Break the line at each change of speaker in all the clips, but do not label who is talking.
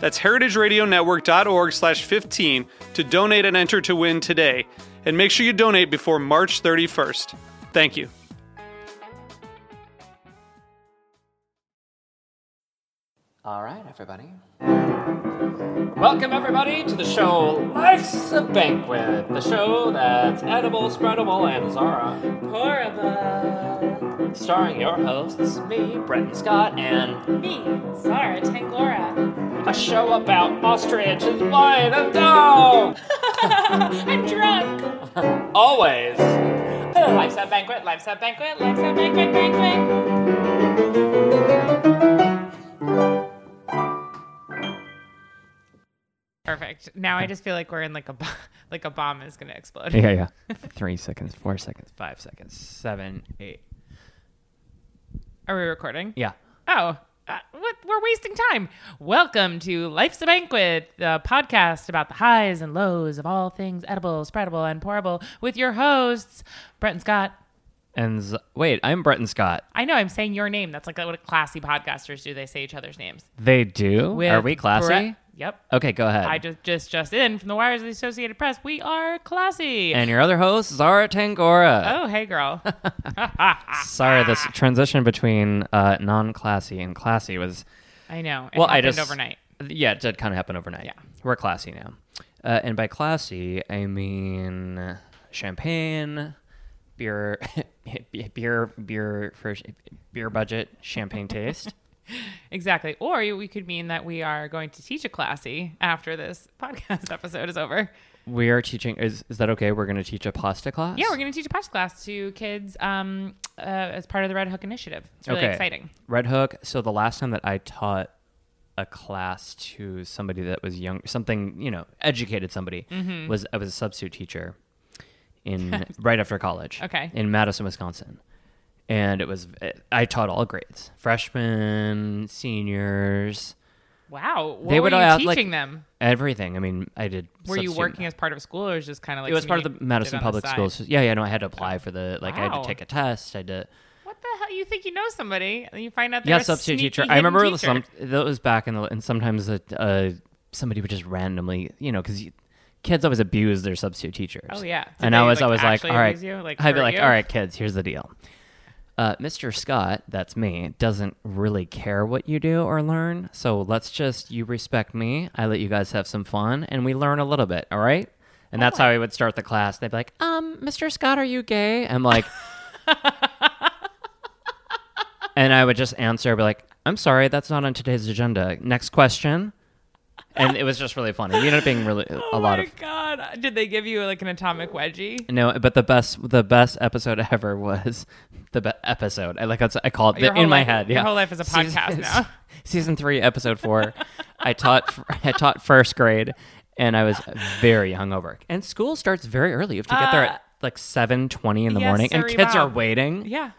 That's heritageradionetwork.org slash 15 to donate and enter to win today. And make sure you donate before March 31st. Thank you.
All right, everybody. Welcome, everybody, to the show Life's a Banquet, the show that's edible, spreadable, and Zara.
Horrible.
Starring your hosts, me, Brenton Scott, and
Me, Zara Tangora.
a show about ostriches, lion, and dog!
I'm drunk.
Always!
Life's a banquet, life's a banquet, life's a banquet, banquet. Perfect. Now I just feel like we're in like a bo- like a bomb is gonna explode.
Yeah, yeah. Three seconds, four seconds, five seconds, seven, eight.
Are we recording?
Yeah.
Oh, uh, what? We're wasting time. Welcome to Life's a Banquet, the podcast about the highs and lows of all things edible, spreadable, and pourable, with your hosts, Brett and Scott.
And z- wait, I'm Bretton Scott.
I know I'm saying your name. That's like what classy podcasters do. They say each other's names.
They do?
With
Are we classy?
Brett- yep.
Okay, go ahead.
I just just just in from the wires of the Associated Press. We are classy.
and your other host, Zara Tangora.
oh, hey girl.
Sorry, this
Ah.
transition between uh, non classy and classy was.
I know. It
Well, I
happened
just.
overnight.
Yeah, it did kind of happen overnight.
Yeah.
We're classy now. Uh, and by classy, I mean champagne, beer, beer, beer, for beer budget, champagne taste.
Exactly. Or we could mean that we are going to teach a classy after this podcast episode is over.
We are teaching. Is is that okay? We're going to teach a pasta class.
Yeah, we're going to teach a pasta class to kids um, uh, as part of the Red Hook Initiative. It's really exciting.
Red Hook. So the last time that I taught a class to somebody that was young, something you know, educated somebody
Mm-hmm.
was I was a substitute teacher in right after college.
Okay.
In Madison, Wisconsin, and it was eh, I taught all grades: freshmen, seniors,
Wow. What
They
were
would
you
have,
teaching
like,
them?
everything. I mean, I did.
Were you
substitute-
working as part of school or was it just kind of like
It was part of
something
the
you
Madison
did on the
Public
side? Oh.
Schools. Yeah, yeah. No, I had to apply for the like. I had
Wow.
to take a test. I had to.
What the hell? You think you know somebody and you find out they're
yeah,
a
substitute
sneaky
teacher. I
hidden
remember
teacher.
some that was back in the and sometimes uh, uh, somebody would just randomly, you know, because kids always abuse their substitute teachers.
Oh, yeah. Did
and
they,
I was
like,
always like,
actually
all right,
abuse you? Like,
I'd be
hurt
like,
you?
all right, kids, here's the deal. Uh, Mr. Scott, that's me, doesn't really care what you do or learn. So let's just you respect me. I let you guys have some fun, and we learn a little bit. All right. And that's
Oh.
how I would start the class. They'd be like, "Um, Mr. Scott, are you gay?" I'm like, and I would just answer, be like, "I'm sorry, that's not on today's agenda. Next question." And it was just really funny. We ended up being really a
Oh
lot
my
of
god! Did they give you like an atomic wedgie?
no, but the best the best episode ever was the be- episode. I like that's I call it
Your
the-
whole
in my
life-
head.
your
Yeah,
whole life is a podcast now.
Season three, episode four. I taught I taught first grade, and I was very hungover. And school starts very early. You have to get there
Uh,
at like seven twenty in the
yes,
morning, and
sorry,
kids are
Bob.
waiting.
Yeah,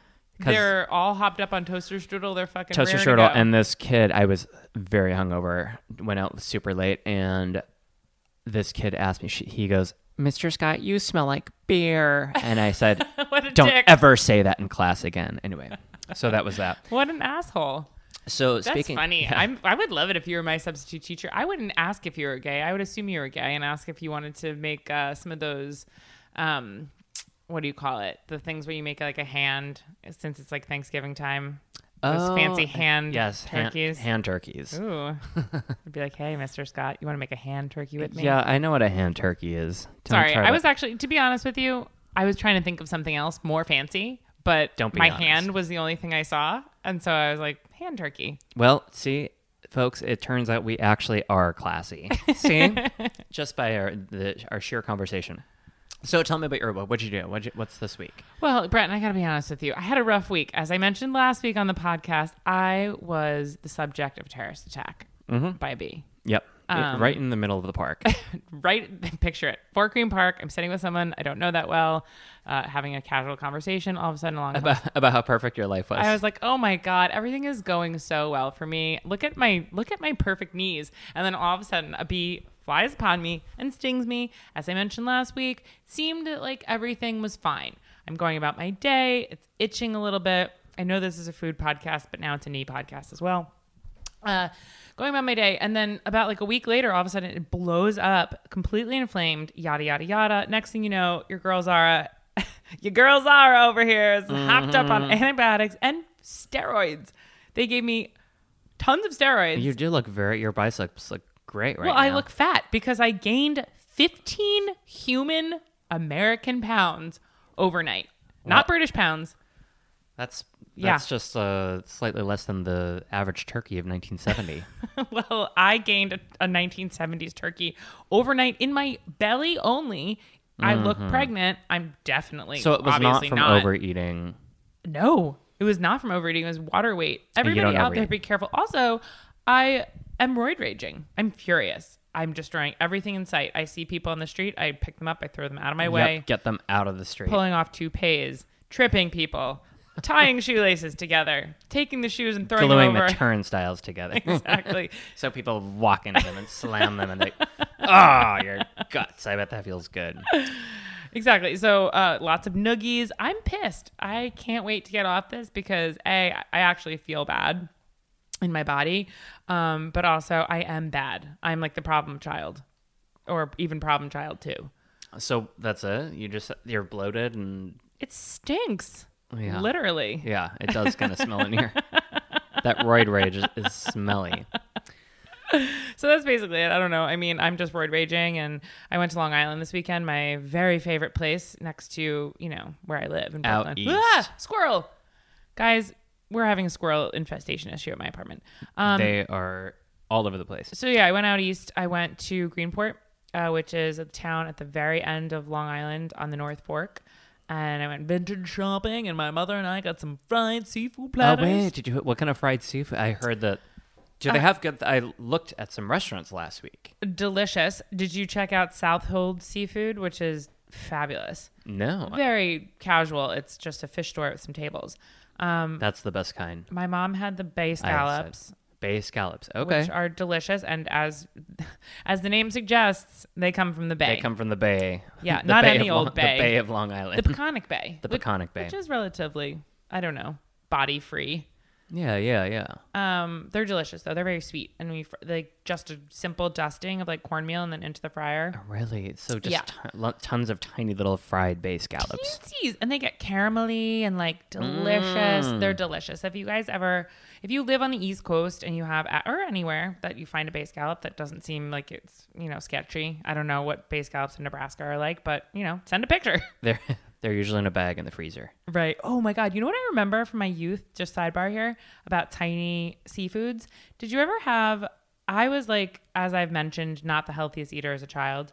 'Cause-
they're all hopped up on toaster strudel. They're fucking
Toaster
raring to
Strudel
go.
and this kid, I was very hungover, went out super late, and this kid asked me, she, he goes, Mr. Scott, you smell like beer. And I said,
What a
Don't
dick.
ever say that in class again. Anyway, so that was that.
what an asshole.
So
That's
speaking.
funny. I'm. I would love it if you were my substitute teacher. I wouldn't ask if you were gay. I would assume you were gay and ask if you wanted to make uh, some of those. Um, what do you call it? The things where you make like a hand, since it's like Thanksgiving time. Those
Oh,
fancy hand
yes, hand-
turkeys.
Hand, turkeys.
Ooh. I'd be like, hey, Mr. Scott, you want to make a hand turkey with me?
Yeah, I know what a hand turkey is. Don't
Sorry,
try
I
to-
was actually, to be honest with you, I was trying to think of something else more fancy, but
Don't be
my
honest.
hand was the only thing I saw, and so I was like, hand turkey.
Well, see, folks, it turns out we actually are classy. See, just by our the, our sheer conversation. So tell me about your What'd you do? What'd you, what's this week?
Well, Brett, and I got to be honest with you. I had a rough week. As I mentioned last week on the podcast, I was the subject of a terrorist attack by a bee.
Yep. right in the middle of the park.
right picture it fort greene park i'm sitting with someone i don't know that well uh, having a casual conversation all of a sudden along
about, about how perfect your life was.
i was like oh my god everything is going so well for me look at my look at my perfect knees and then all of a sudden a bee flies upon me and stings me as i mentioned last week it seemed that like everything was fine i'm going about my day it's itching a little bit i know this is a food podcast but now it's a knee podcast as well uh, going about my day. And then about like a week later, all of a sudden it blows up, completely inflamed, yada, yada, yada. Next thing you know, your girl Zara, your girl Zara over here is hopped up on
Mm-hmm.
antibiotics and steroids. They gave me tons of steroids.
you do look very. Your biceps look great right
well,
now.
I look fat because I gained 15 human American pounds overnight. Not British pounds.
That's
Yeah.
that's just uh, slightly less than the average turkey of 1970.
well, I gained a, a 1970s turkey overnight in my belly only. I look pregnant. I'm definitely
Mm-hmm. so it was not
obviously
from overeating.
No, it was not from overeating. It was water weight.
you
Everybody
don't
out there,
overeat.
be careful. Also, I am roid raging. I'm furious. I'm destroying everything in sight. I see people on the street. I pick them up. I throw them out of my way.
Yep, get them out of the street.
Pulling off toupees, tripping people, tying shoelaces together, taking the shoes and throwing
Gluing
them
the
over.
turnstiles together.
exactly.
So people walk into them and slam them and they, oh, your guts. I bet that feels good.
Exactly. So uh, lots of noogies. I'm pissed. I can't wait to get off this because a I actually feel bad in my body, um, but also I am bad. I'm like the problem child, or even problem child too.
So that's it. You just you're bloated and
It stinks.
Yeah.
Literally.
yeah, it does kind of smell in here. That roid rage is, is smelly.
So that's basically it. I don't know. I mean, I'm just roid raging, and I went to Long Island this weekend, my very favorite place next to you know where I live in
Out
Portland.
east.
Ah, squirrel, guys. We're having a squirrel infestation issue at my apartment. Um,
they are all over the place.
so yeah, I went out east. I went to Greenport, uh, which is a town at the very end of Long Island on the North Fork. And I went vintage shopping, and my mother and I got some fried seafood
Oh
platters.
wait, did you what kind of fried seafood? I heard that. Do
Uh,
they have good? I looked at some restaurants last week.
Delicious. Did you check out Southhold Seafood, which is fabulous?
No,
um, Very casual. It's just a fish store with some tables. Um,
that's the best kind.
my mom had the bay
I have
scallops.
said. bay scallops. Okay,
Which are delicious, and as as the name suggests, they come from the bay.
they come from the bay.
Yeah,
The
not
bay
any
of
old
Long-
bay.
The bay of Long Island.
the Peconic Bay.
Hmm. The
which-
Peconic Bay.
Which is relatively, I don't know, body free.
yeah, yeah, yeah.
Um, they're delicious though. They're very sweet, and we fr- like just a simple dusting of like cornmeal and then into the
Oh,
fryer.
Really? So just
Yeah.
ton- lo- tons of tiny little fried bay scallops.
Cutesies, and they get caramelly and like delicious.
Mm.
They're delicious. If you guys ever, if you live on the East Coast and you have a- or anywhere that you find a bay scallop that doesn't seem like it's you know sketchy, I don't know what bay scallops in Nebraska are like, but you know, send a picture.
They're they're usually in a bag in the freezer.
Right. Oh my God. You know what I remember from my youth, just sidebar here, about tiny seafoods? Did you ever have, I was like, as I've mentioned, not the healthiest eater as a child.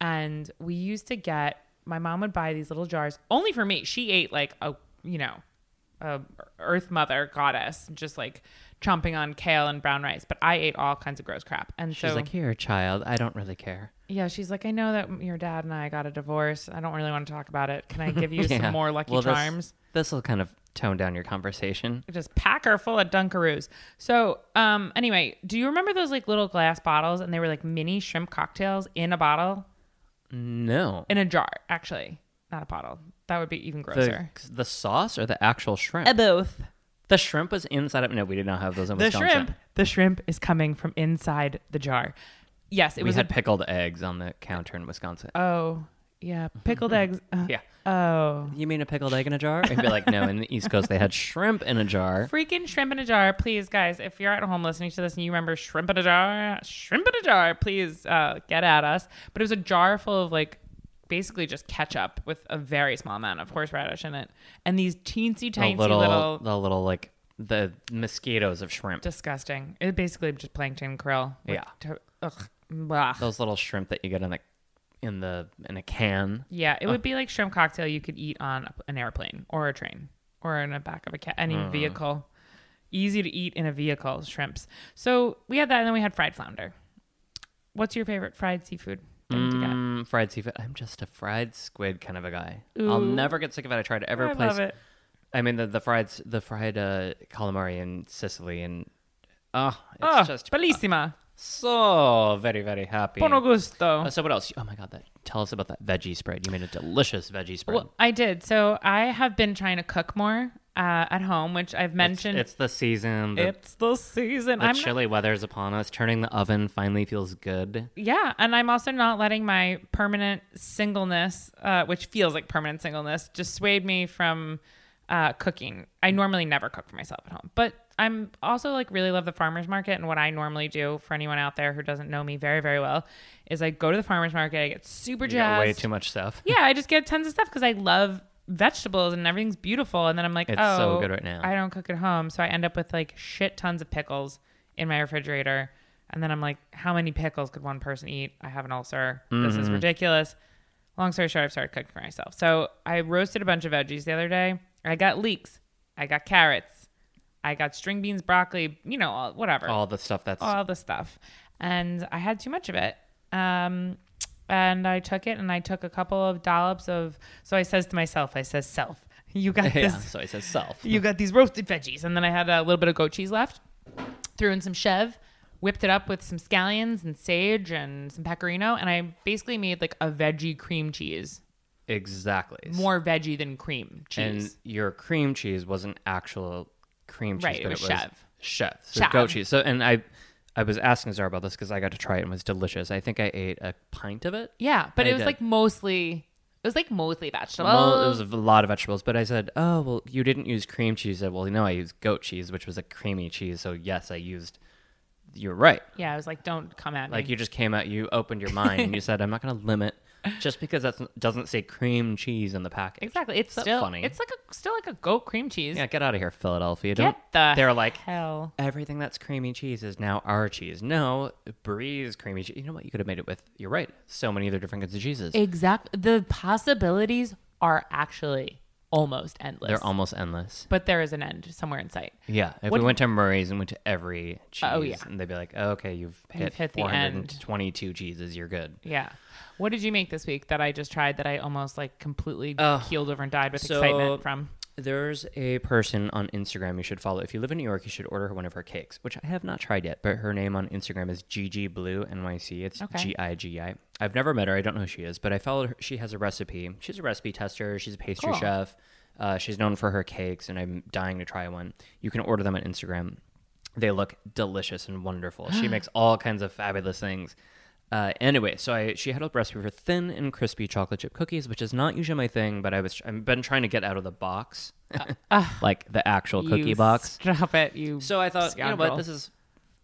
And we used to get, my mom would buy these little jars only for me. She ate like a, you know, a earth mother goddess, just like chomping on kale and brown rice. But I ate all kinds of gross crap. And
She's
so,
like, "Here, child. I don't really care."
yeah, she's like, I know that your dad and I got a divorce. I don't really want to talk about it. Can I give you
Yeah.
some more Lucky
Well, this-
Charms?
This will kind of tone down your conversation.
just pack her full of Dunkaroos. So, um, anyway, do you remember those like little glass bottles and they were like mini shrimp cocktails in a bottle,
No.
in a jar, actually, not a bottle. That would be even
The,
grosser. Uh,
the sauce or the actual shrimp?
both.
The shrimp was inside of. No, we did not have those in
The
Wisconsin.
shrimp. The shrimp is coming from inside the jar. Yes, it
We
was.
had
a,
pickled eggs on the counter in Wisconsin.
oh, yeah, pickled eggs. Uh,
yeah.
Oh,
You mean a pickled egg in a jar? I'd be like, no. In the East Coast, they had shrimp in a jar.
freaking shrimp in a jar, please, guys. If you're at home listening to this and you remember shrimp in a jar, shrimp in a jar, please uh, get at us. But it was a jar full of like basically just ketchup with a very small amount of horseradish in it, and these teensy
The
tiny
little,
little,
the little like the mosquitoes of shrimp.
disgusting. It basically just plankton krill. with
Yeah.
to- ugh, blah.
Those little shrimp that you get in the in the in a can.
Yeah, it would be like shrimp cocktail you could eat on a- an airplane or a train or in the back of a cat,
Mm.
any vehicle. Easy to eat in a vehicle, shrimps. So we had that, and then we had fried flounder. What's your favorite fried seafood thing to get?
Mm, fried seafood. I'm just a fried squid kind of a guy. I'll never get sick of it. I tried every
I
place.
love it.
I mean the the fried s- the fried uh, calamari in Sicily and oh, it's
Oh,
just
bellissima.
so very very happy.
Buono gusto.
Uh, so what else? Oh my god, that tell us about that veggie spread. You made a delicious veggie spread.
Well, I did. So I have been trying to cook more uh, at home, which I've mentioned.
it's the season. The,
It's the season.
the
I'm not-
chilly weather's upon us. Turning the oven finally feels good.
yeah, and I'm also not letting my permanent singleness, uh, which feels like permanent singleness, dissuade me from uh, cooking. I normally never cook for myself at home, but I'm also like really love the farmers market. And what I normally do for anyone out there who doesn't know me very very well is I go to the farmers market. I get super
You got
jazzed.
way too much stuff.
yeah, I just get tons of stuff because I love vegetables and everything's beautiful. And then I'm like,
It's
oh,
so good right now.
I don't cook at home, so I end up with like shit tons of pickles in my refrigerator. And then I'm like, how many pickles could one person eat? I have an ulcer. This
Mm-hmm.
is ridiculous. Long story short, I've started cooking for myself. So I roasted a bunch of veggies the other day. I got leeks. I got carrots. I got string beans, broccoli. You know, all, whatever
All the stuff that's
all the stuff and i had too much of it um and i took it and i took a couple of dollops of so i says to myself i says self you got
yeah.
this
So it says self.
you got these roasted veggies and then i had a little bit of goat cheese left threw in some chev whipped it up with some scallions and sage and some pecorino and i basically made like a veggie cream cheese
Exactly.
more veggie than cream cheese
and your cream cheese wasn't actual cream cheese,
Right, it
but
was cheddar.
chef, so
Cheddar.
goat cheese. So, and I, I was asking Zara about this because I got to try it and it was delicious. I think I ate a pint of it.
yeah but
I
it was
did.
like mostly it was like mostly vegetables
Well, it was a lot of vegetables, but I said, "Oh, well, you didn't use cream cheese." I said, well, no, I used goat cheese, which was a creamy cheese. So yes, I used. You're right.
yeah i was like don't come at me
Like you just came out, you opened your mind, and you said, "I'm not going to limit." Just because that doesn't say cream cheese in the package.
Exactly. It's
Is that
still
funny.
It's like a still like a goat cream cheese.
yeah, get out of here, Philadelphia. Don't,
Get the
they're like,
hell.
everything that's creamy cheese is now our cheese. No, Brie's creamy cheese. You know what? You could have made it with. You're right. So many other different kinds of cheeses.
Exactly. The possibilities are actually almost endless.
They're almost endless.
but there is an end somewhere in sight.
Yeah. If
What-
we went to Murray's and went to every cheese,
Oh, yeah.
and they'd be like, oh, "Okay, you've hit,
You've hit the end.
422 cheeses. You're good."
Yeah. What did you make this week that I just tried that I almost like completely
Oh,
keeled over and died with
so-
excitement from?
There's a person on Instagram you should follow. If you live in New York, you should order her one of her cakes, which I have not tried yet, but her name on Instagram is Gigi Blue NYC. It's
Okay.
G I G I. I've never met her. I don't know who she is, but I followed her. She has a recipe. She's a recipe tester. She's a pastry
Cool.
chef. Uh, she's known for her cakes, and I'm dying to try one. You can order them on Instagram. They look delicious and wonderful. She makes all kinds of fabulous things. Uh, anyway, so I she had a recipe for thin and crispy chocolate chip cookies, which is not usually my thing, but I was I've been trying to get out of the box, like the actual cookie
Uh, You
box.
Stop it. You.
So I thought, you know
scoundrel.
what, this is,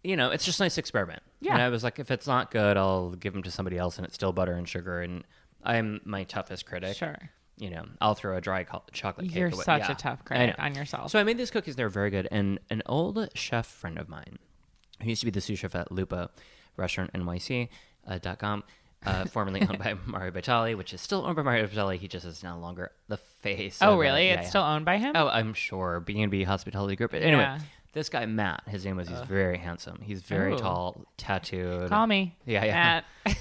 you know, it's just a nice experiment.
Yeah.
And I was like, if it's not good, I'll give them to somebody else, and it's still butter and sugar. And I'm my toughest critic.
Sure.
You know, I'll throw a dry co- chocolate cake.
You're
away.
such
Yeah.
a tough
I know.
critic on yourself.
So I made these cookies. They're very good. And an old chef friend of mine, who used to be the sous chef at Lupo Restaurant NYC uh, dot com, uh, formerly owned by Mario Batali, which is still owned by Mario Batali. He just is no longer the face.
oh
of it.
really?
Yeah,
it's
yeah.
still owned by him.
Oh, I'm sure B and B Hospitality Group. But anyway,
Yeah.
this guy Matt, his name was. He's very handsome. He's very
Ooh.
tall, tattooed.
call me.
Yeah, yeah.
Matt.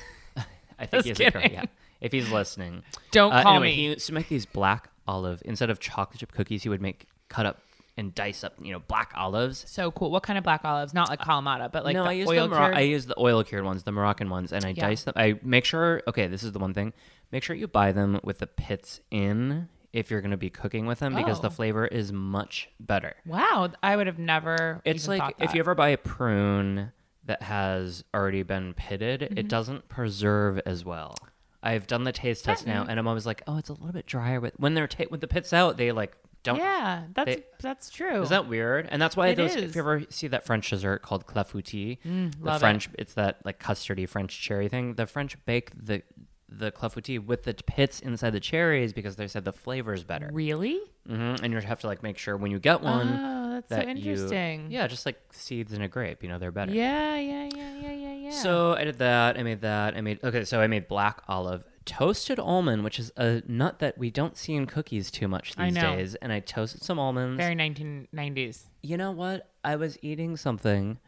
I think he's
Just
a girl.
kidding.
Yeah, if he's listening.
Don't
Uh,
call
anyway,
me.
He used to make these black olive instead of chocolate chip cookies. He would make cut up and dice up, you know, black olives.
so cool. What kind of black olives? Not like kalamata, but like
Uh, no,
the
I use
oil
the Moro-
cured-
I use the oil cured ones, the Moroccan ones, and I
Yeah.
dice them. I make sure. Okay, this is the one thing. Make sure you buy them with the pits in if you're going to be cooking with them because the
Oh.
flavor is much better.
Wow, I would have never.
It's
even
like
thought
if
that.
you ever buy a prune that has already been pitted,
Mm-hmm.
it doesn't preserve as well. I've done the taste test now, and I'm always like, oh, it's a little bit drier. With when they're ta- with the pits out, they like don't.
Yeah, that's
They-
that's true.
Is that weird? And that's why
It
those.
is. Mm,
If you ever see that French dessert called clafoutis, the
love it.
French, it's that like custardy French cherry thing. The French bake the the clafouti with the pits inside the cherries because they said the flavor's better.
Really?
hmm And you have to like make sure when you get one
Oh, that's so
that you-
interesting.
yeah, just like seeds in a grape, you know, they're better.
Yeah, yeah, yeah, yeah, yeah, yeah.
So I did that. I made that. I made okay. So I made black olive, toasted almond, which is a nut that we don't see in cookies too much
I
these
know.
days. And I toasted some almonds.
very 1990s.
you know what? I was eating something,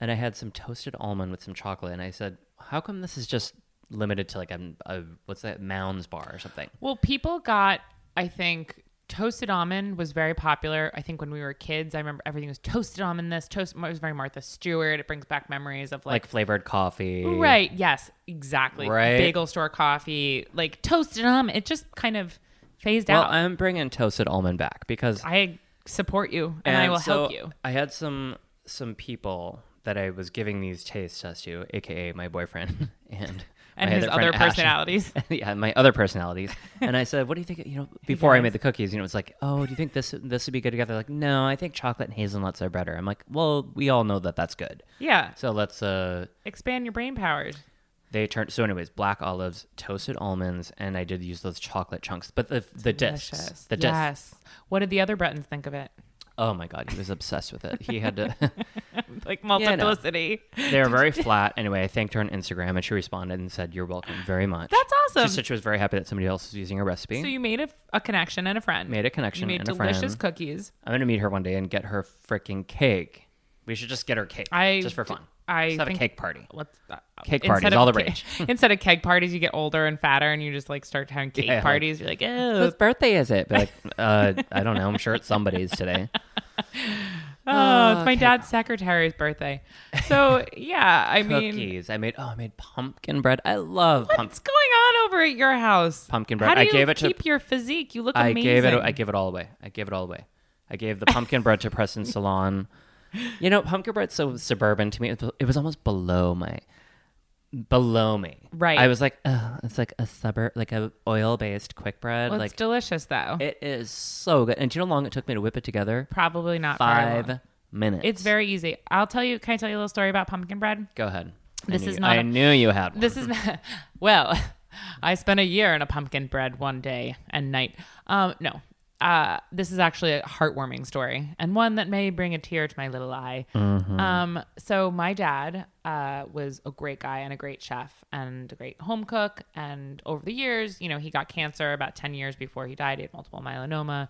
and I had some toasted almond with some chocolate, and I said, "How come this is just limited to like a, a what's that Mounds bar or something?"
Well, people got, I think, toasted almond was very popular. I think when we were kids, I remember everything was toasted almond. This toast it was very Martha Stewart. It brings back memories of
Like
like,
flavored coffee,
right, yes, exactly,
Right.
bagel store coffee, like toasted almond. It just kind of phased
Well,
out. i
I'm bringing toasted almond back because
support you, and, I will
so
help you.
I had some some people that I was giving these taste tests to, aka my boyfriend and
And
my
his
friend,
other
Ash.
personalities.
yeah, my other personalities. And I said, "What do you think?" You know, before I made the cookies, you know, it's like, "Oh, do you think this this would be good together?" Like, no, I think chocolate and hazelnuts are better. I'm like, "Well, we all know that that's good."
Yeah,
So let's uh,
expand your brain powers.
they turn so anyways black olives toasted almonds and i did use those chocolate chunks but the the discs
Delicious.
the discs
yes. What did the other Bretons think of it?
oh my god he was obsessed with it he had to
Like
no.
multiplicity.
They were very flat. Anyway, I thanked her on Instagram and she responded and said, You're welcome very much.
That's awesome.
She said she was very happy that somebody else was using her recipe.
So you made a, a connection and a friend.
made a connection
You made
and a friend.
delicious cookies.
I'm going to meet her one day and get her freaking cake. We should just get her cake.
I
just for fun.
I
just have
think-
a cake party.
What's that?
Cake
Instead
parties,
of
all the
ca-
rage.
instead of keg parties, you get older and fatter, and you just like start having cake
Yeah, like-
parties. You're like, oh,
Whose birthday is it? Be like, uh, I don't know. I'm sure it's somebody's today.
oh, it's my dad's secretary's birthday. So yeah, I mean,
Cookies. I made. Oh, I made pumpkin bread. I love pumpkin.
what's going on over at your house?
Pumpkin
How
bread.
do
I
you
gave it to-
keep your physique. You look
I
amazing.
gave it. I gave it all away. I gave it all away. I gave the pumpkin bread to Preston Salon. You know, pumpkin bread's so suburban to me. It was- It was almost below my, below me.
Right.
I was like, Ugh, it's like a suburb, like a oil based quick bread.
Well,
like
it's delicious though.
it is so good. And do you know how long it took me to whip it together?
Probably not very long.
Five minutes.
It's very easy. I'll tell you. Can I tell you a little story about pumpkin bread?
Go ahead. I
This
knew
is
you-
not
I
a-
knew you had one.
This is well, I spent a year in a pumpkin bread one day and night. Um, no. Uh, this is actually a heartwarming story and one that may bring a tear to my little eye.
Mm-hmm.
Um, so my dad uh, was a great guy and a great chef and a great home cook. And over the years, you know, he got cancer about ten years before he died. He had multiple myeloma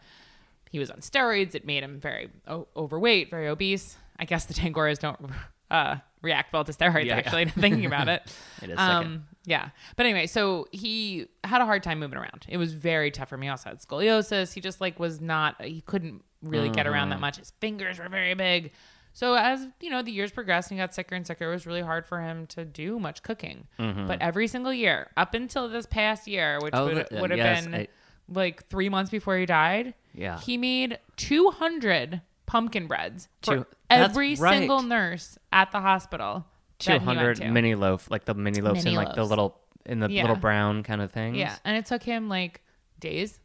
he was on steroids. It made him very o- overweight, very obese. I guess the Tangoras don't uh, react well to steroids.
Yeah.
Actually, now thinking about it,
It is second.
um, yeah. But anyway, so he had a hard time moving around. It was very tough for him. He also had scoliosis. He just like was not. He couldn't really get around
Mm-hmm.
that much. His fingers were very big. So as you know, the years progressed and he got sicker and sicker. It was really hard for him to do much cooking. But every single year, up until this past year, which
Mm-hmm. Oh,
would,
the-
would have
yes,
been
I-
like three months before he died.
Yeah.
He made 200 pumpkin breads for
Two- that's
every
right.
single nurse at the hospital.
two
that he went
hundred
to.
mini loaf, like the mini loaves
Mini
in like the
loaves.
little in the
Yeah.
little brown kind of things.
Yeah. And it took him like days.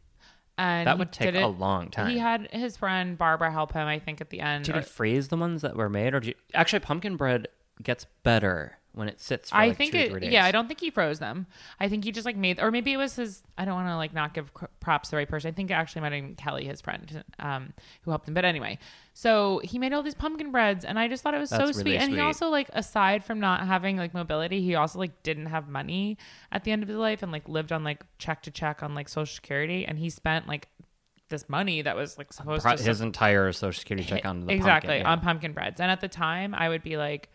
And
That
he
would take
did it-
a long time.
He had his friend Barbara help him, I think, at the end.
Did
or-
you freeze the ones that were made, or do you, actually pumpkin bread gets better when it sits? For
I
like
think
two,
it.
three days.
Yeah, I don't think he froze them. I think he just like made, or maybe it was his. I don't want to like not give cr- props to the right person. I think it actually might have been Kelly, his friend, um, who helped him. But anyway, so he made all these pumpkin breads, and I just thought it was so
That's
sweet.
really
And he
sweet.
also like, aside from not having like mobility, he also like didn't have money at the end of his life, and like lived on like check to check on like Social Security, and he spent like this money that was like supposed
Pro-
to
his entire social security check on the
exactly um,
pumpkin, yeah.
on pumpkin breads and at the time i would be like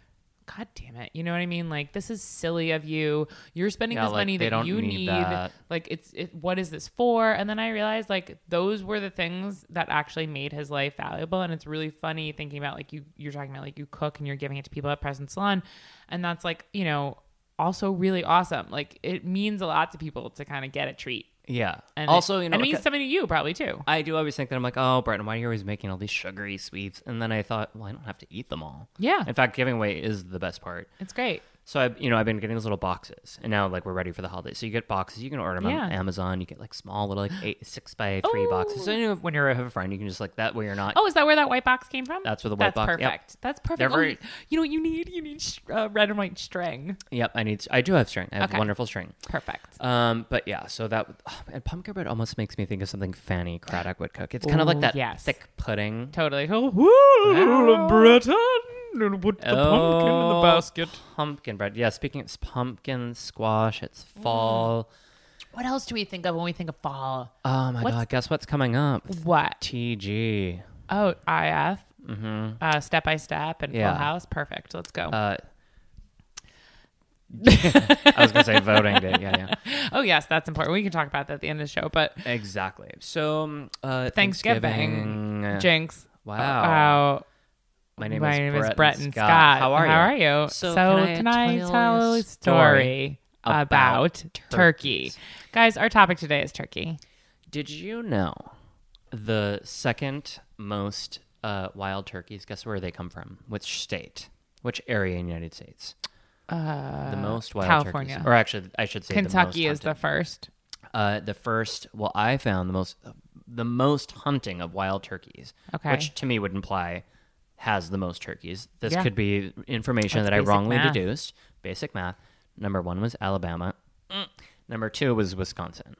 god damn it you know what i mean like this is silly of you you're spending
Yeah,
this
like,
money
they
that
don't
you
need
need
that.
like it's it, what is this for and then i realized like those were the things that actually made his life valuable and it's really funny thinking about like you you're talking about like you cook and you're giving it to people at present salon and that's like you know also really awesome like it means a lot to people to kind of get a treat
yeah.
and
also,
it,
you know,
and it
like,
means something to you probably too
I do always think that I'm like, oh, Brenton, why are you always making all these sugary sweets? And then I thought, well, I don't have to eat them all.
Yeah.
In fact, giving away is the best part.
it's great
So I, you know, I've been getting those little boxes, and now like we're ready for the holidays. So you get boxes, you can order them
Yeah.
on Amazon. You get like small little like eight, six by three boxes. So you know, when you're have a friend, you can just like that way you're not.
Oh, is that where that white box came from?
That's where the white
That's
box- yep. e-
Perfect. That's perfect.
They're
Oh,
very-
you know what you need? You need sh- uh, red and white string. Oh.
Yep, I need. I do have string. I have
Okay.
wonderful string.
Perfect.
Um, but yeah, so that oh, and pumpkin bread almost makes me think of something Fanny Craddock would cook. It's kind of
Ooh,
like that
yes.
thick pudding.
Totally. Oh, woo, Britain, and put the pumpkin in the
Oh,
basket.
Pumpkin bread. Yeah, speaking of pumpkin squash, it's
Mm-hmm.
fall.
What else do we think of when we think of fall?
Oh my
What's-
god, guess what's coming up?
What?
TG.
Oh, IF. Mm-hmm. Uh, step by step and
Yeah.
Full House. Perfect. Let's go.
Uh, I was gonna say voting day. Yeah, yeah,
oh yes, that's important. We can talk about that at the end of the show. But
exactly. So um, uh,
Thanksgiving,
Thanksgiving.
Jinx. Oh,
Wow.
Wow.
My name
My
is
name
Brett
is
and
Brett and
Scott.
Scott.
How are you?
So, can, I, tell a story about, turkey?
turkeys?
Guys, our topic today is turkey.
Did you know the second most uh, wild turkeys? Guess where they come from? Which state? Which area in the United States? Uh, the most wild
California.
turkeys, or actually, I should say the most
Kentucky is
hunted.
the first.
uh, the first. Well, I found the most the most hunting of wild turkeys,
Okay.
which to me would imply has the most turkeys. This
Yeah.
could be information
That's
that I
basic
wrongly
math.
deduced. Basic math. Number one was Alabama. Mm. Number two was Wisconsin.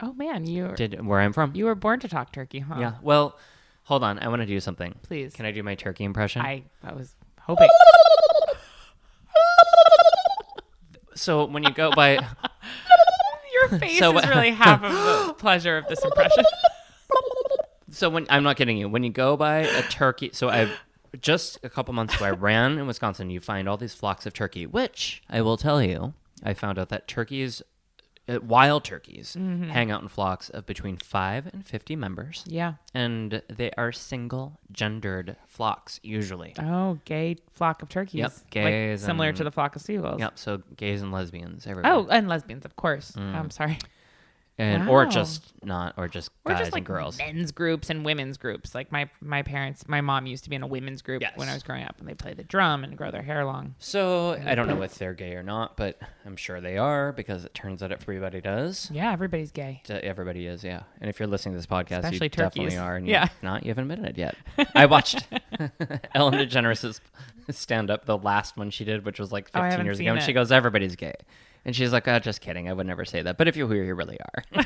Oh man, you
Did where I'm from.
you were born to talk turkey, huh?
Yeah. Well, hold on. I want to do something.
Please.
Can I do my turkey impression?
I I was hoping.
So when you go by,
Your face
So-
is really half of the pleasure of this impression.
so when I'm not kidding you, when you go by a turkey, so I just a couple months ago I ran in Wisconsin. You find all these flocks of turkey, which I will tell you, I found out that turkeys, uh, wild turkeys, hang out in flocks of between five and fifty members,
Mm-hmm. Yeah.
and they are single gendered flocks usually.
Oh, gay flock of turkeys.
Yep,
Like,
gays
similar
and-
to the flock of seagulls.
Yep. So gays and lesbians everywhere.
Oh, and lesbians, of course.
Mm.
I'm sorry.
and or
wow.
just not or just
Or
guys
just like
and girls.
men's groups and women's groups. Like my my parents, my mom used to be in a women's group
Yes.
when I was growing up, and they play the drum and grow their hair long.
So I don't know if they're gay or not, but I'm sure they are because it turns out everybody does.
Yeah, everybody's gay.
D- Everybody is, yeah. And if you're listening to this podcast,
Especially
you definitely
turkeys.
are. And
Yeah.
yeah. Not, you haven't admitted it yet. I watched Ellen DeGeneres' stand up, the last one she did, which was like
Oh, I
15
haven't
years
seen
ago. And
it.
she goes, Everybody's gay. And she's like, oh, just kidding. I would never say that. But if you're here, you really are.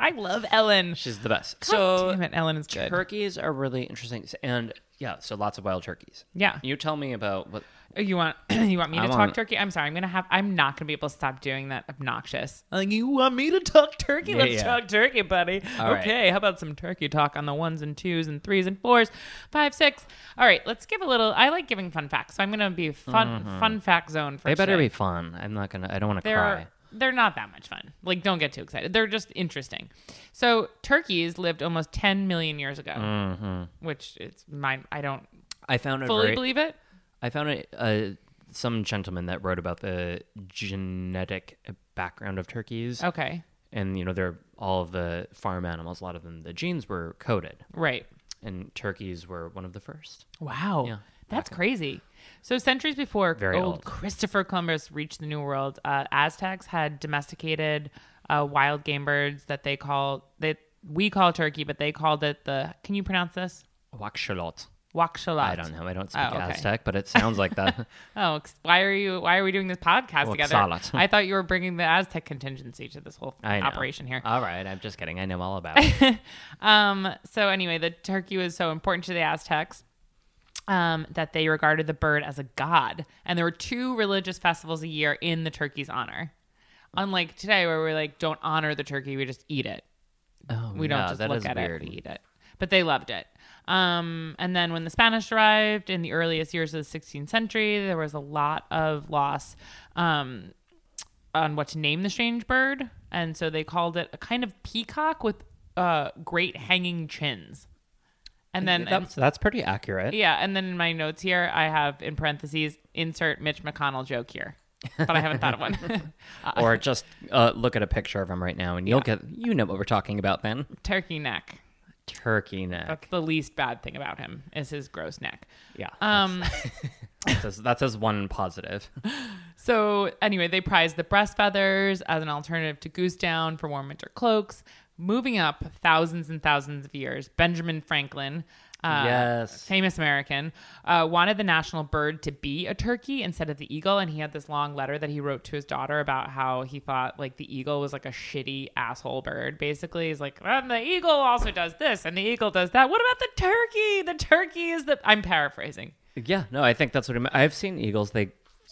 I love Ellen.
she's the best.
so
so
damn it, Ellen is good.
turkeys are really interesting. And yeah, so lots of wild turkeys.
Yeah.
You tell me about what.
Oh, You want you want me
I
to
want-
talk turkey? I'm sorry. I'm gonna have. I'm not gonna be able to stop doing that obnoxious. Like you want me to talk turkey?
Yeah,
Let's
yeah.
talk turkey, buddy.
All right.
okay. How about some turkey talk on the ones and twos and threes and fours, five, six. All right. Let's give a little. I like giving fun facts, so I'm gonna be fun fun fact zone for.
They better
today.
be fun. I'm not going to, I don't want to
they're
cry.
they're not that much fun. Like, don't get too excited. They're just interesting. So turkeys lived almost 10 million years ago,
Mm-hmm.
which it's mine. I don't
I found a
fully
very,
believe it.
I found it, uh, some gentleman that wrote about the genetic background of turkeys,
Okay,
and you know they're all of the farm animals. A lot of them, the genes were coded,
right.
and turkeys were one of the first.
Wow. That's crazy. So centuries before
Very
old
old.
Christopher Columbus reached the New World, uh, Aztecs had domesticated uh, wild game birds that they call that we call turkey, but they called it the. Can you pronounce this?
Waxalot.
Waxalot.
I don't know. I don't speak
Oh, okay.
Aztec, but it sounds like that.
Oh, ex- why are you? Why are we doing this podcast
Well,
together?
Xalot.
I thought you were bringing the Aztec contingency to this whole
I know. Uh,
operation here.
All right, I'm just kidding. I know all about it.
Um, so anyway, the turkey was so important to the Aztecs um, that they regarded the bird as a god, and there were two religious festivals a year in the turkey's honor. Unlike today, where we're like, don't honor the turkey, we just eat it.
Oh,
We
yeah,
don't just
that
look
is
at
weird.
it, we eat it. But they loved it. Um, and then when the Spanish arrived in the earliest years of the 16th century, there was a lot of loss um, on what to name the strange bird. And so they called it a kind of peacock with uh, great hanging chins. And then,
That's that's pretty accurate.
yeah, and then in my notes here, I have in parentheses, insert Mitch McConnell joke here. But I haven't thought of one.
Or just uh, look at a picture of him right now, and you'll get you know what we're talking about. Then
Turkey neck.
turkey neck.
That's the least bad thing about him is his gross neck.
Yeah,
Um, Uh,
that's, that's his- that's his one positive.
So anyway, they prized the breast feathers as an alternative to goose down for warm winter cloaks. Moving up thousands and thousands of years, Benjamin Franklin, uh,
Yes.
famous American, uh, wanted the national bird to be a turkey instead of the eagle, and he had this long letter that he wrote to his daughter about how he thought like the eagle was like a shitty asshole bird. Basically, he's like, and the eagle also does this, and the eagle does that. What about the turkey? The turkey is the. I'm paraphrasing.
Yeah, no, I think that's what I'm, I've seen. Eagles, they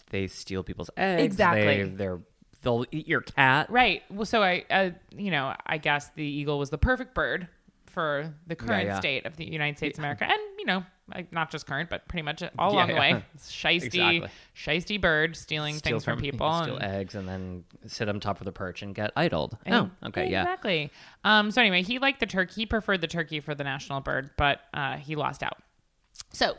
they steal people's eggs.
Exactly.
They, they're they'll eat your cat.
Right. Well, so I, uh, you know, I guess the eagle was the perfect bird for the current
yeah.
state of the United States of America, and you know, like not just current, but pretty much all along
yeah.
the way, shisty,
Exactly.
shisty bird stealing
Steal
things from, people.
steal
and-
eggs, and then sit on top of the perch and get idled.
and-
oh, okay, yeah.
exactly. Um, so anyway, he liked the turkey. He preferred the turkey for the national bird, but uh, he lost out. So.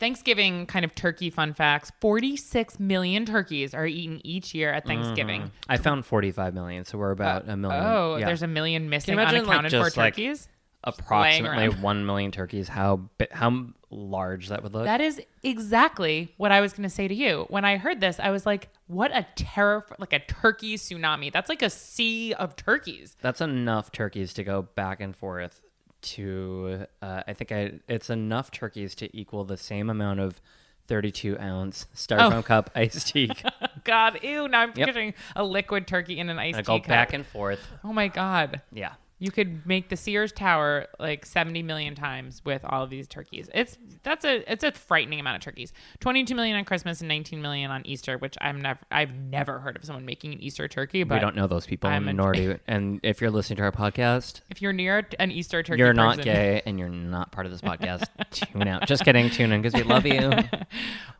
Thanksgiving kind of turkey fun facts. 46 million turkeys are eaten each year at Thanksgiving.
I found 45 million, so we're about a million.
Oh,
Mm-hmm. yeah.
there's a million missing
imagine, like,
unaccounted
just,
for
like,
turkeys?
approximately
around.
1 million turkeys. How bi- how large that would look?
That is exactly what I was going to say to you. When I heard this, I was like, what a terror, like a turkey tsunami. That's like a sea of turkeys.
That's enough turkeys to go back and forth to. Uh, I think I it's enough turkeys to equal the same amount of 32 ounce
Oh.
styrofoam cup iced tea.
God, ew, now I'm
Yep.
picturing a liquid turkey in an ice
I
tea
go
cup.
back and forth.
oh my God.
Yeah,
You could make the Sears Tower like 70 million times with all of these turkeys. It's that's a it's a frightening amount of turkeys. 22 million on Christmas and 19 million on Easter, which I'm never I've never heard of someone making an Easter turkey, but
we don't know those people.
I'm a-
I'm nor do. And if you're listening to our podcast,
if you're near an Easter turkey
you're not
person-
gay and you're not part of this podcast. tune out. Just kidding. Tune in because we love you.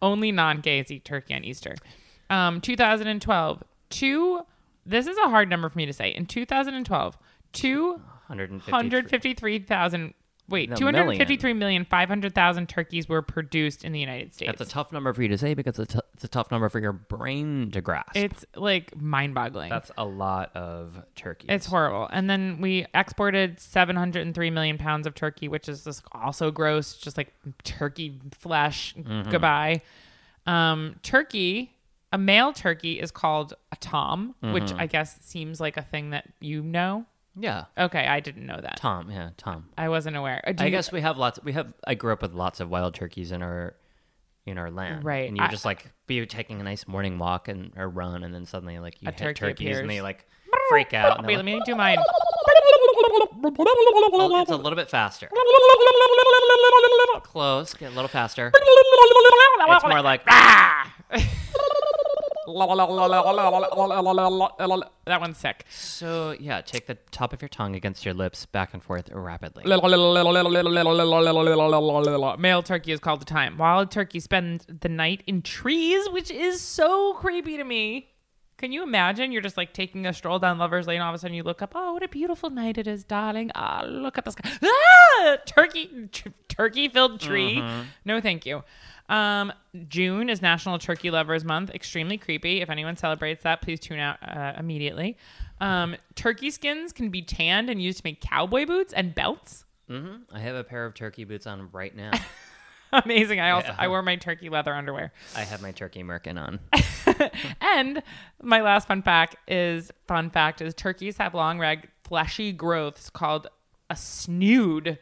only non-gays eat turkey on Easter. Um, 2012, two. This is a hard number for me to say. In 2012, two
153.
hundred fifty-three thousand. Wait,
No,
two hundred fifty-three million five hundred thousand turkeys were produced in the United States.
That's a tough number for you to say because it's a, t- it's a tough number for your brain to grasp.
it's like mind-boggling.
That's a lot of turkeys.
It's horrible. And then we exported 703 million pounds of turkey, which is just also gross, just like turkey flesh.
Mm-hmm.
Goodbye. Um, turkey, a male turkey is called a tom, which
Mm-hmm.
I guess seems like a thing that you know.
yeah.
Okay, I didn't know that.
Tom, yeah, Tom.
I wasn't aware. Uh, do
I
you-
guess we have lots. We have. I grew up with lots of wild turkeys in our in our land,
Right.
And you
I-
just like be taking a nice morning walk and or run, and then suddenly like you
A
hit
turkey
turkeys and they
appears.
like freak out. and
Wait,
they're
let
like,
me do mine.
"Oh, it's a little bit faster. Close. Get a little faster. It's more like
That one's sick.
so. Yeah, take the top of your tongue against your lips, back and forth rapidly.
Male turkey is called the time. Wild turkey spend the night in trees, which is so creepy to me. Can you imagine? You're just like taking a stroll down Lover's Lane. All of a sudden, you look up. Oh, what a beautiful night it is, darling. Ah, look at the sky. Ah, turkey, tr- turkey-filled tree. No, thank you. Um, June is National Turkey Lovers Month. Extremely creepy. If anyone celebrates that, please tune out uh, immediately. Um, turkey skins can be tanned and used to make cowboy boots and belts.
I have a pair of turkey boots on right now.
Amazing. I also
Yeah.
I wore my turkey leather underwear.
I have my turkey merkin on.
And my last fun fact is fun fact is turkeys have long red fleshy growths called a snood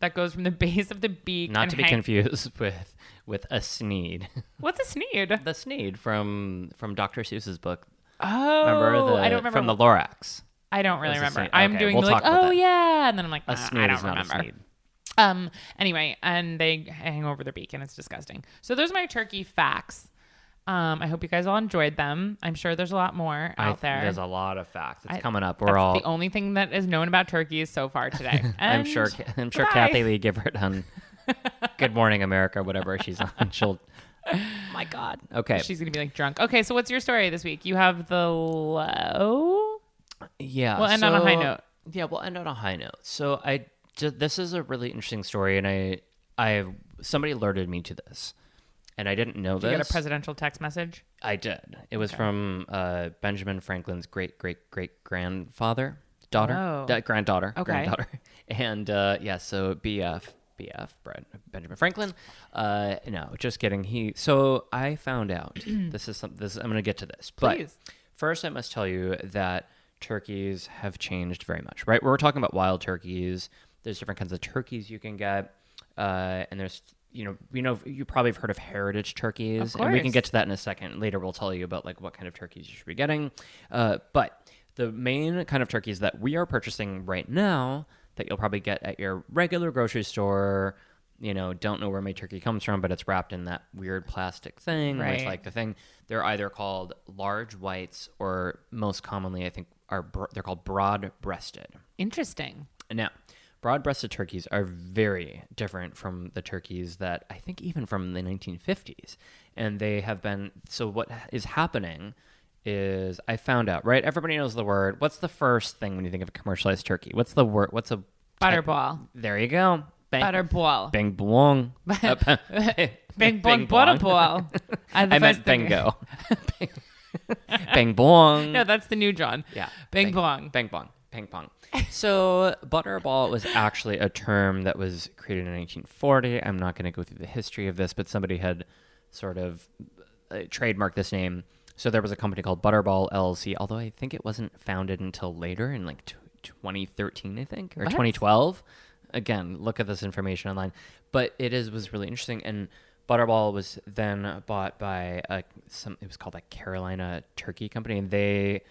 that goes from the base of the beak.
Not
and
to be
hang-
confused with with a sneed.
What's a snood?
the Sneed from from Dr. Seuss's book.
Oh,
Remember the
I don't remember.
from the Lorax.
I don't really
It's a
remember.
snood.
I'm
Okay,
doing
we'll
the, like,
talk about
oh
that.
yeah, and then I'm like,
A
nah,
Sneed
Uh, I don't
is not
remember.
a Sneed.
Um. Anyway, and they hang over their beak, and it's disgusting. So those are my turkey facts. Um. I hope you guys all enjoyed them. I'm sure there's a lot more
I-
out there.
There's a lot of facts. It's
I-
coming up.
That's
We're all.
the only thing that is known about turkeys so far today. And
I'm sure. I'm sure
goodbye.
Kathy Lee Gifford on Good Morning America, whatever she's on. She'll. My God. Okay.
she's gonna be like drunk. Okay, so what's your story this week? You have the low.
Yeah.
We'll end on a high
so-
note.
Yeah, we'll end on a high note. So I ju- this is a really interesting story, and I I somebody alerted me to this, and I didn't know
You
this.
got a presidential text message.
I did. It was from uh, Benjamin Franklin's great great great grandfather, daughter,
Oh.
da- granddaughter,
Okay.
granddaughter, and uh, yeah. So BF BF, Brett, Benjamin Franklin. Uh, no, just kidding. He. So I found out this is some. This I'm going to get to this,
Please.
but first I must tell you that turkeys have changed very much. Right, we're talking about wild turkeys. There's different kinds of turkeys you can get, uh, and there's you know you know you probably have heard of heritage turkeys, and we can
course.
get to that in a second. Later, we'll tell you about like what kind of turkeys you should be getting. Uh, but the main kind of turkeys that we are purchasing right now that you'll probably get at your regular grocery store. You know, don't know where my turkey comes from, but it's wrapped in that weird plastic thing. Where it's
Right.
like the thing. They're either called large whites, or most commonly, I think, are br- they're called broad-breasted.
Interesting.
Now, broad breasted turkeys are very different from the turkeys that I think even from the 1950s. And they have been. So, what is happening is I found out, right? Everybody knows the word. What's the first thing when you think of a commercialized turkey? What's the word? What's a.
Butterball.
There you go. Bang,
Butterball.
Bing blong.
Bing
Bing
bong butterball. the
I meant
first thing-
bingo. Bing blong.
No, that's the new John.
Yeah.
Bing bong.
Bang bong. Ping pong. So, butterball was actually a term that was created in 1940. I'm not going to go through the history of this, but somebody had sort of uh, trademarked this name. So, there was a company called Butterball LLC, although I think it wasn't founded until later in like t- 2013, I think, or 2012. Again, look at this information online. But it is was really interesting. And Butterball was then bought by a, some, it was called a Carolina Turkey Company, and they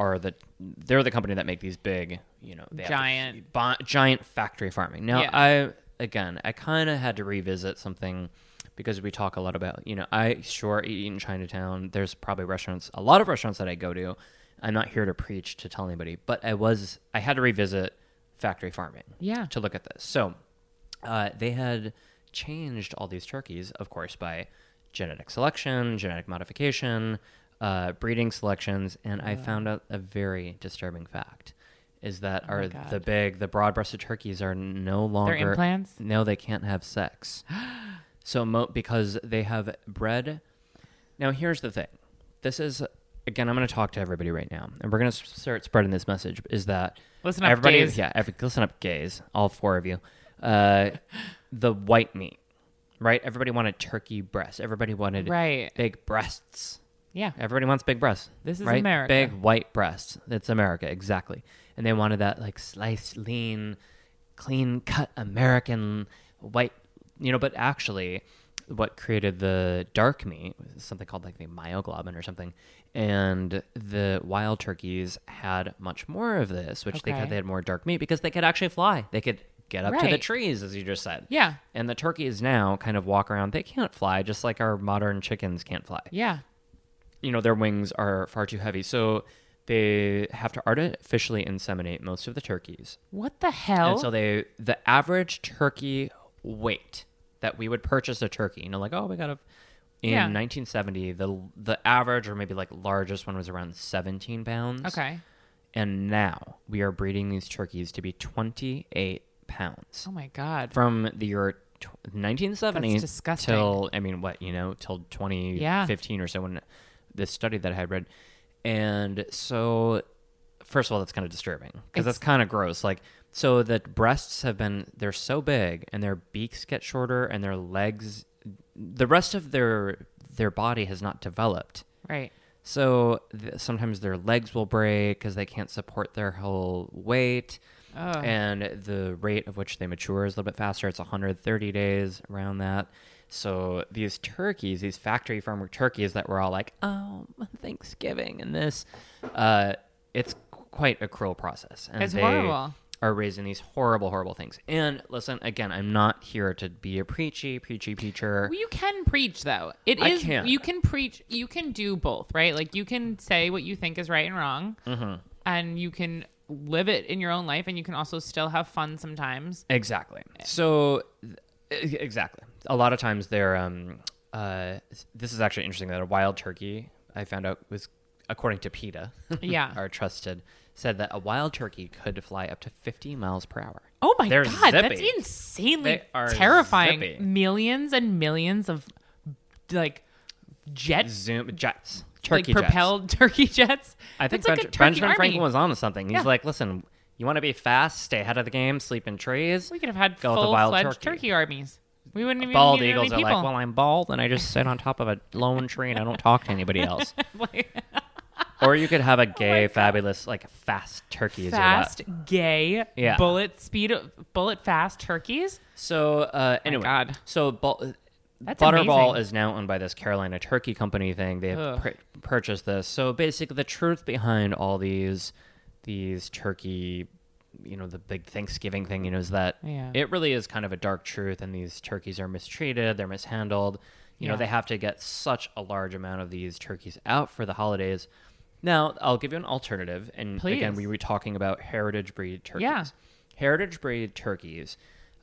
are the they're the company that make these big, you know, they have the
Giant.
hu- bon- giant factory farming. Now,
Yeah.
I again, I kind of had to revisit something because we talk a lot about, you know, I sure eat in Chinatown. There's probably restaurants, a lot of restaurants that I go to. I'm not here to preach to tell anybody, but I was I had to revisit factory farming.
Yeah.
To look at this. So, uh, they had changed all these turkeys, of course, by genetic selection, genetic modification, uh, breeding selections, and I found out a very disturbing fact is that are the big the broad-breasted turkeys are no longer
implants?
No, they can't have sex. so mo- because they have bred. Now here's the thing. This is again. I'm going to talk to everybody right now, and we're going to start spreading this message. Is that
Listen up,
everybody?
gays.
Yeah, every, listen up, gays. All four of you. Uh, the white meat, right? Everybody wanted turkey breasts. Everybody wanted
Right.
big breasts.
Yeah.
Everybody wants big breasts.
This is
right?
America.
Big white breasts. It's America, exactly. And they wanted that like sliced, lean, clean cut American white, you know. But actually, what created the dark meat was something called like the myoglobin or something, and the wild turkeys had much more of this, which they
Okay.
had they had more dark meat because they could actually fly. They could get up to the
Right.
trees, as you just said.
Yeah.
And the turkeys now kind of walk around. They can't fly, just like our modern chickens can't fly
Yeah.
you know their wings are far too heavy so they have to artificially inseminate most of the turkeys
What the hell?
and so they the average turkey weight that we would purchase a turkey you know like oh we got a in
Yeah.
1970 the the average or maybe like largest one was around 17 pounds
okay.
and now we are breeding these turkeys to be 28 pounds
Oh my god.
from the year tw- 1970
That's disgusting.
till I mean what you know till 2015 or so when this study that I had read and so first of all that's kind of disturbing because that's kind of gross like so the breasts have been they're so big and their beaks get shorter and their legs the rest of their their body has not developed
Right.
so th- sometimes their legs will break because they can't support their whole weight.
Oh.
And the rate of which they mature is a little bit faster. It's 130 days around that. So these turkeys, these factory farmer turkeys that were all like, oh, Thanksgiving and this, uh, it's quite a cruel process. And
It's
they
horrible.
Are raising these horrible, horrible things. And listen, again, I'm not here to be a preachy, preachy preacher.
Well, you can preach though. It is
I can.
you can preach. You can do both, right? Like you can say what you think is right and wrong,
Mm-hmm.
and you can live it in your own life, and you can also still have fun sometimes.
Exactly. So, th- e- exactly. A lot of times they're. Um, uh, s- this is actually interesting that a wild turkey I found out was, according to PETA,
Yeah.
our trusted, said that a wild turkey could fly up to 50 miles per hour.
Oh my
They're
god, that's
zippy.
insanely
They are
terrifying.
zippy.
Millions and millions of like jet
Zoom jets,
like
turkey jets.
propelled turkey jets.
I think
That's like
Benj-
a turkey
Benjamin
army.
Franklin was on to something. He's
Yeah.
like, listen, You want to be fast, stay ahead of the game, sleep in trees.
We could have had
Go with a
full
wild
fledged
turkey.
turkey. armies. We wouldn't even
bald
need that
eagles are
many
like,
people.
well, I'm bald and I just sit on top of a lone tree and I don't talk to anybody else. or you could
Oh
have a gay, fabulous, like fast turkey. uh,
fast, gay,
Yeah.
bullet speed, bullet fast turkeys.
So uh, anyway,
Oh God.
so ball,
That's
Butterball
amazing.
is now owned by this Carolina Turkey Company thing. They have
Ugh.
pur- purchased this. So basically, the truth behind all these these turkey, you know, the big Thanksgiving thing, you know, is that
Yeah.
it really is kind of a dark truth, and these turkeys are mistreated, they're mishandled. You know,
Yeah.
they have to get such a large amount of these turkeys out for the holidays. Now, I'll give you an alternative, and again,
Please.
we were talking about heritage breed turkeys
Yeah.
heritage breed turkeys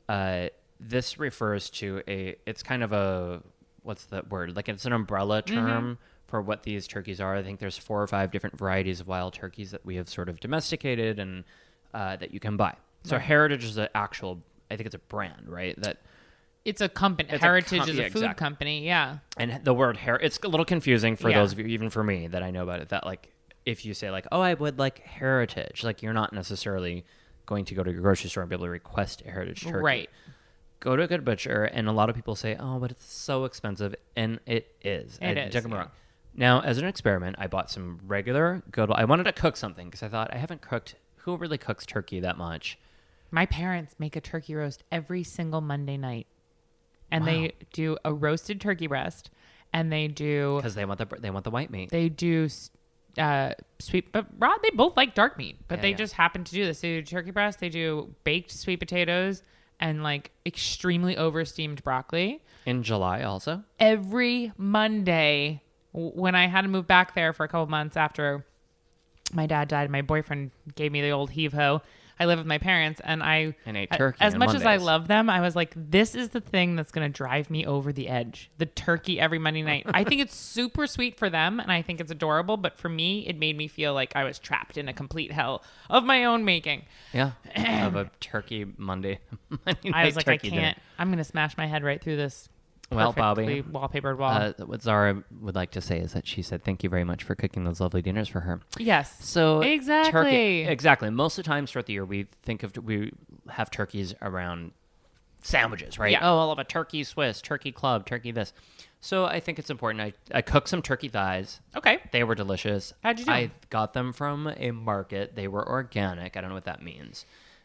uh, this refers to a it's kind of a what's the word like it's an umbrella term for what these turkeys are i think there's four or five different varieties of wild turkeys that we have sort of domesticated and uh, that you can buy so heritage is an actual i think it's a brand right that
It's a company.
It's a
Heritage
com-
is
yeah,
a food
exactly.
company. Yeah.
and the word hair it's a little confusing for
Yeah.
those of you even for me that i know about it that like if you say like oh i would like heritage like you're not necessarily going to go to your grocery store and be able to request a heritage turkey
Right.
go to a good butcher and a lot of people say oh but it's so expensive and it is
It
I-
is,
don't get me
yeah.
wrong now as an experiment i bought some regular good i wanted to cook something because i thought i haven't cooked who really cooks turkey that much
My parents make a turkey roast every single Monday night, and they do a roasted turkey breast, and they do
because they want the they want the white meat
they do s- uh, sweet, but Rod, they both like dark meat, but
Yeah,
they
yeah.
just happen to do this. They do turkey breast, they do baked sweet potatoes, and like extremely over steamed broccoli.
in july also
Every Monday, w- when I had to move back there for a couple months after my dad died, my boyfriend gave me the old heave ho. I live with my parents, and I
And ate
a-
turkey
As
on
much as I
Mondays.
love them, I was like, "This is the thing that's going to drive me over the edge." The turkey every Monday night. I think it's super sweet for them, and I think it's adorable. But for me, it made me feel like I was trapped in a complete hell of my own making.
yeah of a turkey monday, Monday
I was
night
like, "I
turkey dinner.
can't. I'm going to smash my head right through this."
Well,
perfectly
Bobby,
wallpapered wall.
Uh, what Zara would like to say is that she said, "Thank you very much for cooking those lovely dinners for her."
yes.
So
exactly.
turkey, exactly. Most of the times throughout the year, we think of we have turkeys around sandwiches, right?
Yeah.
Oh, I'll have a turkey Swiss, turkey club, turkey this. So I think it's important. I I cooked some turkey thighs.
Okay.
They were delicious.
How'd you do 'em?
I got them from a market. They were organic. I don't know what that means.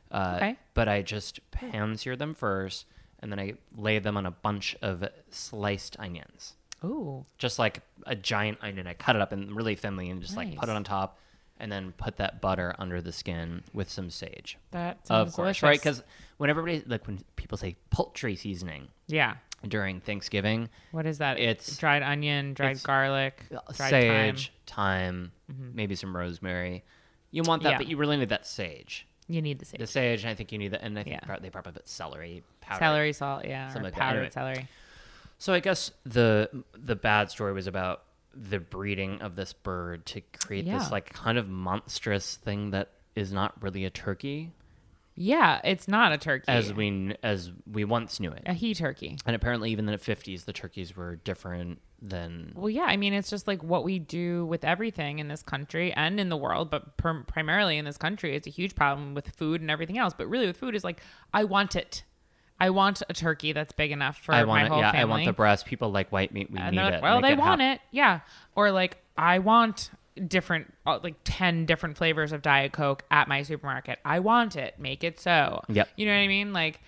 Uh,
Okay.
But I just pan sear them first, and then I lay them on a bunch of sliced onions
Ooh.
just like a giant onion. I cut it up and really thinly and just like put it
Nice.
on top and then put that butter under the skin with some sage.
That sounds
Of course,
delicious.
right? Because when everybody, like when people say poultry seasoning
yeah,
during Thanksgiving,
what is that?
It's-
dried onion, dried
it's- uh,
garlic, dried
sage,
thyme. Mm-hmm.
thyme, maybe some rosemary. You want that,
Yeah.
but you really need that sage.
You need the sage,
The sage, and I think you need that, and I think
Yeah.
prob- they probably put celery powder.
celery salt, yeah, or
Something like that.
powdered
Anyway.
celery.
So I guess the the bad story was about the breeding of this bird to create
Yeah.
this like kind of monstrous thing that is not really a turkey
Yeah, Uh-huh. it's not a turkey.
as we kn- as we once knew it.
a he turkey.
And apparently, even in the fifties, the turkeys were different than
Well, yeah, I mean, it's just like what we do with everything in this country and in the world, but prim primarily in this country, it's a huge problem with food and everything else. But really, with food, is like I want it. I want a turkey that's big enough for
I
my
want. It,
whole
yeah,
family.
I want the breast. People like white meat. We
and
need
they're like,
it.
well,
Make
they want
happen.
it, yeah. Or like, I want different, uh, like ten different flavors of Diet Coke at my supermarket. I want it. Make it so.
Yep.
You know what I mean? Like,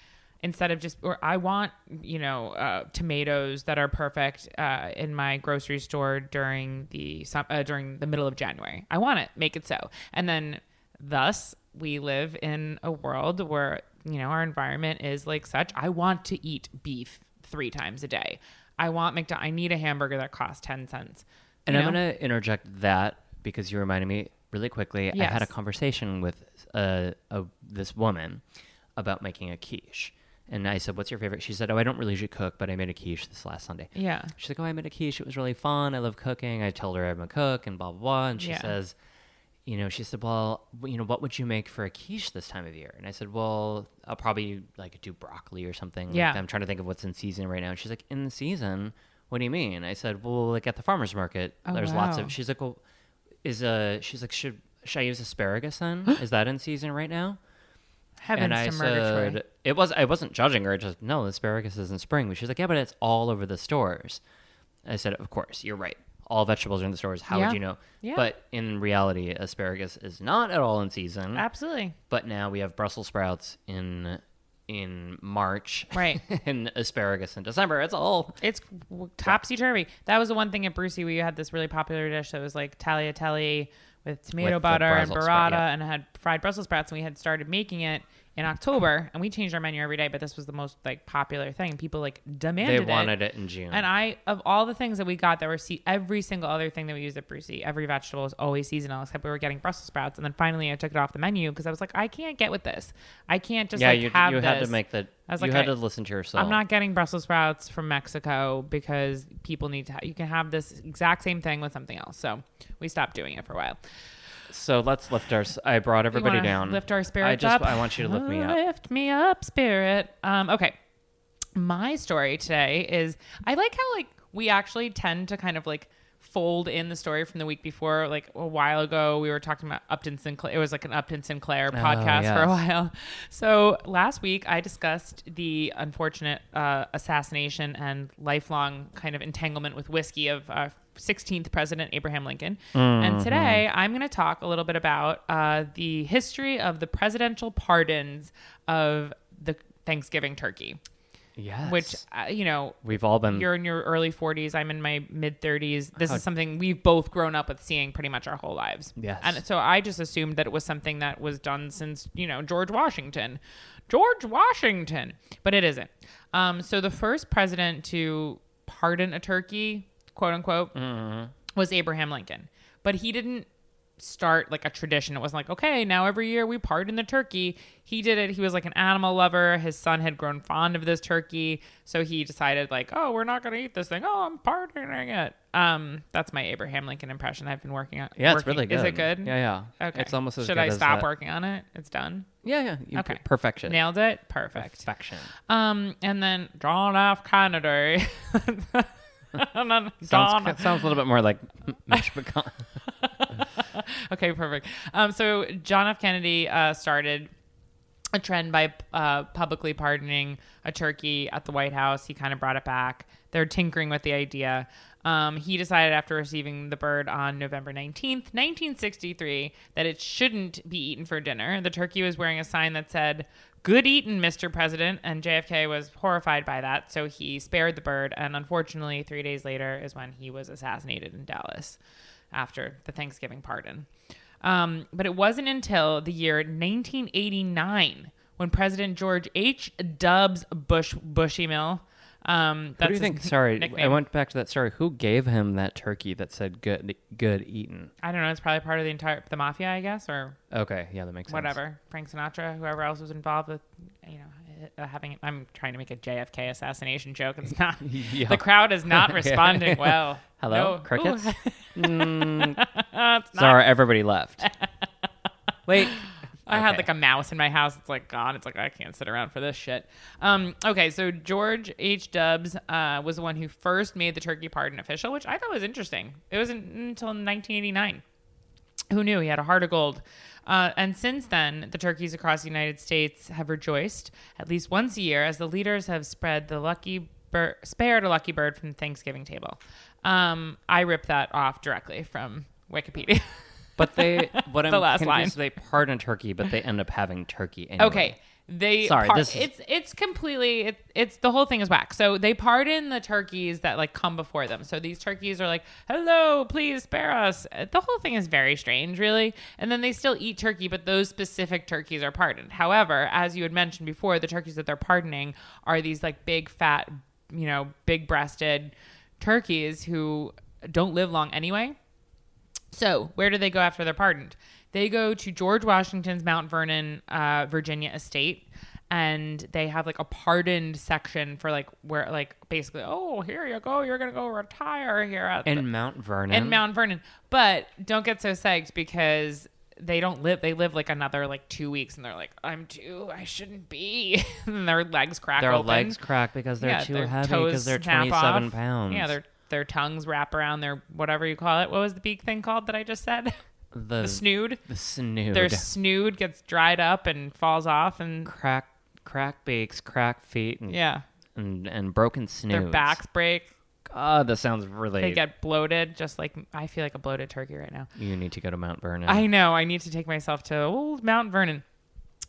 instead of just, or I want, you know, uh, tomatoes that are perfect uh, in my grocery store during the sum- uh, during the middle of January. I want it. Make it so. And then, thus, we live in a world where you know our environment is like such. I want to eat beef three times a day. I want McDonald. I need a hamburger that costs ten cents.
And
You
I'm
know?
going to interject that because you reminded me really quickly. I had a
Yes.
conversation with uh, a, this woman about making a quiche. And I said, What's your favorite? She said, Oh, I don't really usually cook, but I made a quiche this last Sunday.
Yeah.
She's like, Oh, I made a quiche. It was really fun. I love cooking. I told her I'm a cook and blah, blah, blah. And she
Yeah.
says, you know, she said, "Well, w- you know, what would you make for a quiche this time of year?" And I said, "Well, I'll probably like do broccoli or something." Like,
Yeah.
I'm trying to think of what's in season right now. And she's like, "In season? What do you mean?" I said, "Well, like at the farmers market,
Oh,
there's lots of."
wow.
She's like, "Well, is a?" She's like, "Should should I use asparagus then? Is that in season right now?
Heavens
and I
to murder
said,
Troy.
it was I wasn't judging her. Just no, asparagus is in spring. But she's like, yeah, but it's all over the stores. I said, of course, you're right. All vegetables are in the stores. How
Yeah.
would you know?
Yeah.
But in reality, asparagus is not at all in season.
Absolutely.
but now we have Brussels sprouts in in March,
Right.
and asparagus in December. It's all
It's topsy turvy. That was the one thing at Brucey we had this really popular dish that was like tagliatelle with tomato
With the
butter and burrata,
Brussels sprout, yeah.
and it had fried Brussels sprouts. And we had started making it in October, and we changed our menu every day. But this was the most like popular thing. People like
they
demanded.
wanted it in June.
And I, of all the things that we got that were see every single other thing that we used at Brucey, every vegetable was always seasonal, except we were getting Brussels sprouts. And then finally, I took it off the menu because I was like, I can't get with this. I can't just
yeah,
like
you,
have
you had to
this.
make the
I was
you
like,
had
I-
to listen to yourself.
I'm not getting Brussels sprouts from Mexico because people need to. Ha- you can have this exact same thing with something else. So we stopped doing it for a while.
So let's lift our. I brought
We
everybody
wanna
down.
Lift our spirits
I just
up.
I want you to lift me up.
Lift me up, spirit. Um, okay. My story today is I like how like we actually tend to kind of like fold in the story from the week before. Like a while ago, we were talking about Upton Sinclair. It was like an Upton Sinclair podcast for
yes.
a while. So last week, I discussed the unfortunate uh, assassination and lifelong kind of entanglement with whiskey of uh, 16th President Abraham Lincoln. And today, I'm going to talk a little bit about uh, the history of the presidential pardons of the Thanksgiving turkey,
Yes.
which, uh, you know,
we've all been.
you're in your early 40s. I'm in my mid 30s. This
How-
is something we've both grown up with seeing pretty much our whole lives.
Yes.
And so I just assumed that it was something that was done since, you know, George Washington. George Washington. But it isn't. Um, so the first president to pardon a turkey, quote unquote,
Mm-hmm.
was Abraham Lincoln. But he didn't start like a tradition. It wasn't like, okay, now every year we pardon the turkey. He did it. He was like an animal lover. His son had grown fond of this turkey. So he decided, like, oh, we're not going to eat this thing. Oh, I'm pardoning it. Um, that's my Abraham Lincoln impression I've been working on.
yeah, it's
working-
really good.
Is it good?
Yeah, yeah.
Okay.
It's almost as
Should
good
I
as
stop
that.
working on it? It's done.
Yeah, yeah. You
Okay.
Perfection.
Nailed it. Perfect.
Perfection.
Um, and then John F. Kennedy. and then John
Sounds, sounds a little bit more like mashed pecan.
okay, perfect. Um, so John F. Kennedy uh, started a trend by uh, publicly pardoning a turkey at the White House. He kind of brought it back. They're tinkering with the idea. Um, he decided after receiving the bird on November 19th, 1963, that it shouldn't be eaten for dinner. The turkey was wearing a sign that said, Good eating, Mr. President. And JFK was horrified by that, so he spared the bird. And unfortunately, three days later is when he was assassinated in Dallas after the Thanksgiving pardon. Um, but it wasn't until the year 1989 when President George H. Dubs Bush Bushy Mill. Um,
What
that's
do you
his
think? Sorry, I
nickname.
went back to that story. Who gave him that turkey that said "good, good eaten"?
I don't know. It's probably part of the entire the mafia, I guess, or
Okay, yeah, that makes sense.
whatever. Frank Sinatra, whoever else was involved with, you know, uh, having. I'm trying to make a JFK assassination joke. It's not.
Yeah.
The crowd is not responding well.
Hello,
No.
crickets.
Ooh, it's not
Sorry, everybody left. Wait,
I had
Okay.
like a mouse in my house. It's like gone. It's like I can't sit around for this shit. Um, okay, so George H. Dubs uh, was the one who first made the turkey pardon official, which I thought was interesting. It wasn't until 1989. Who knew he had a heart of gold? Uh, and since then, the turkeys across the United States have rejoiced at least once a year as the leaders have spread the lucky bird, spared a lucky bird from the Thanksgiving table. Um, I ripped that off directly from Wikipedia.
but they what I'm
The last
confused,
line.
They pardon turkey, but they end up having turkey anyway.
Okay. They
Sorry,
par-
this is-
it's it's completely it, it's the whole thing is whack. So they pardon the turkeys that like come before them. So these turkeys are like, "Hello, please spare us." Uh, The whole thing is very strange, really. And then they still eat turkey, but those specific turkeys are pardoned. However, as you had mentioned before, the turkeys that they're pardoning are these like big fat, you know, big-breasted turkeys who don't live long anyway. So, where do they go after they're pardoned? They go to George Washington's Mount Vernon, uh, Virginia estate, and they have like a pardoned section for like where, like, basically, oh, here you go, you're gonna go retire here at the-
In Mount Vernon.
in Mount Vernon. But don't get so psyched because they don't live. They live like another like two weeks, and they're like, I'm too, I shouldn't be, and their legs crack.
Their
open.
legs crack because they're too
their
heavy
toes
because they're
snap
27
off.
pounds.
Yeah, their their tongues wrap around their whatever you call it. What was the beak thing called that I just said?
the
The snood.
the snood.
Their snood gets dried up and falls off, and
crack crack beaks, crack feet, and
yeah,
and, and broken snoods.
Mm. their backs break.
God, Ah, that sounds really.
They get bloated, just like I feel like a bloated turkey right now.
you need to go to Mount Vernon.
I know. I need to take myself to old Mount Vernon.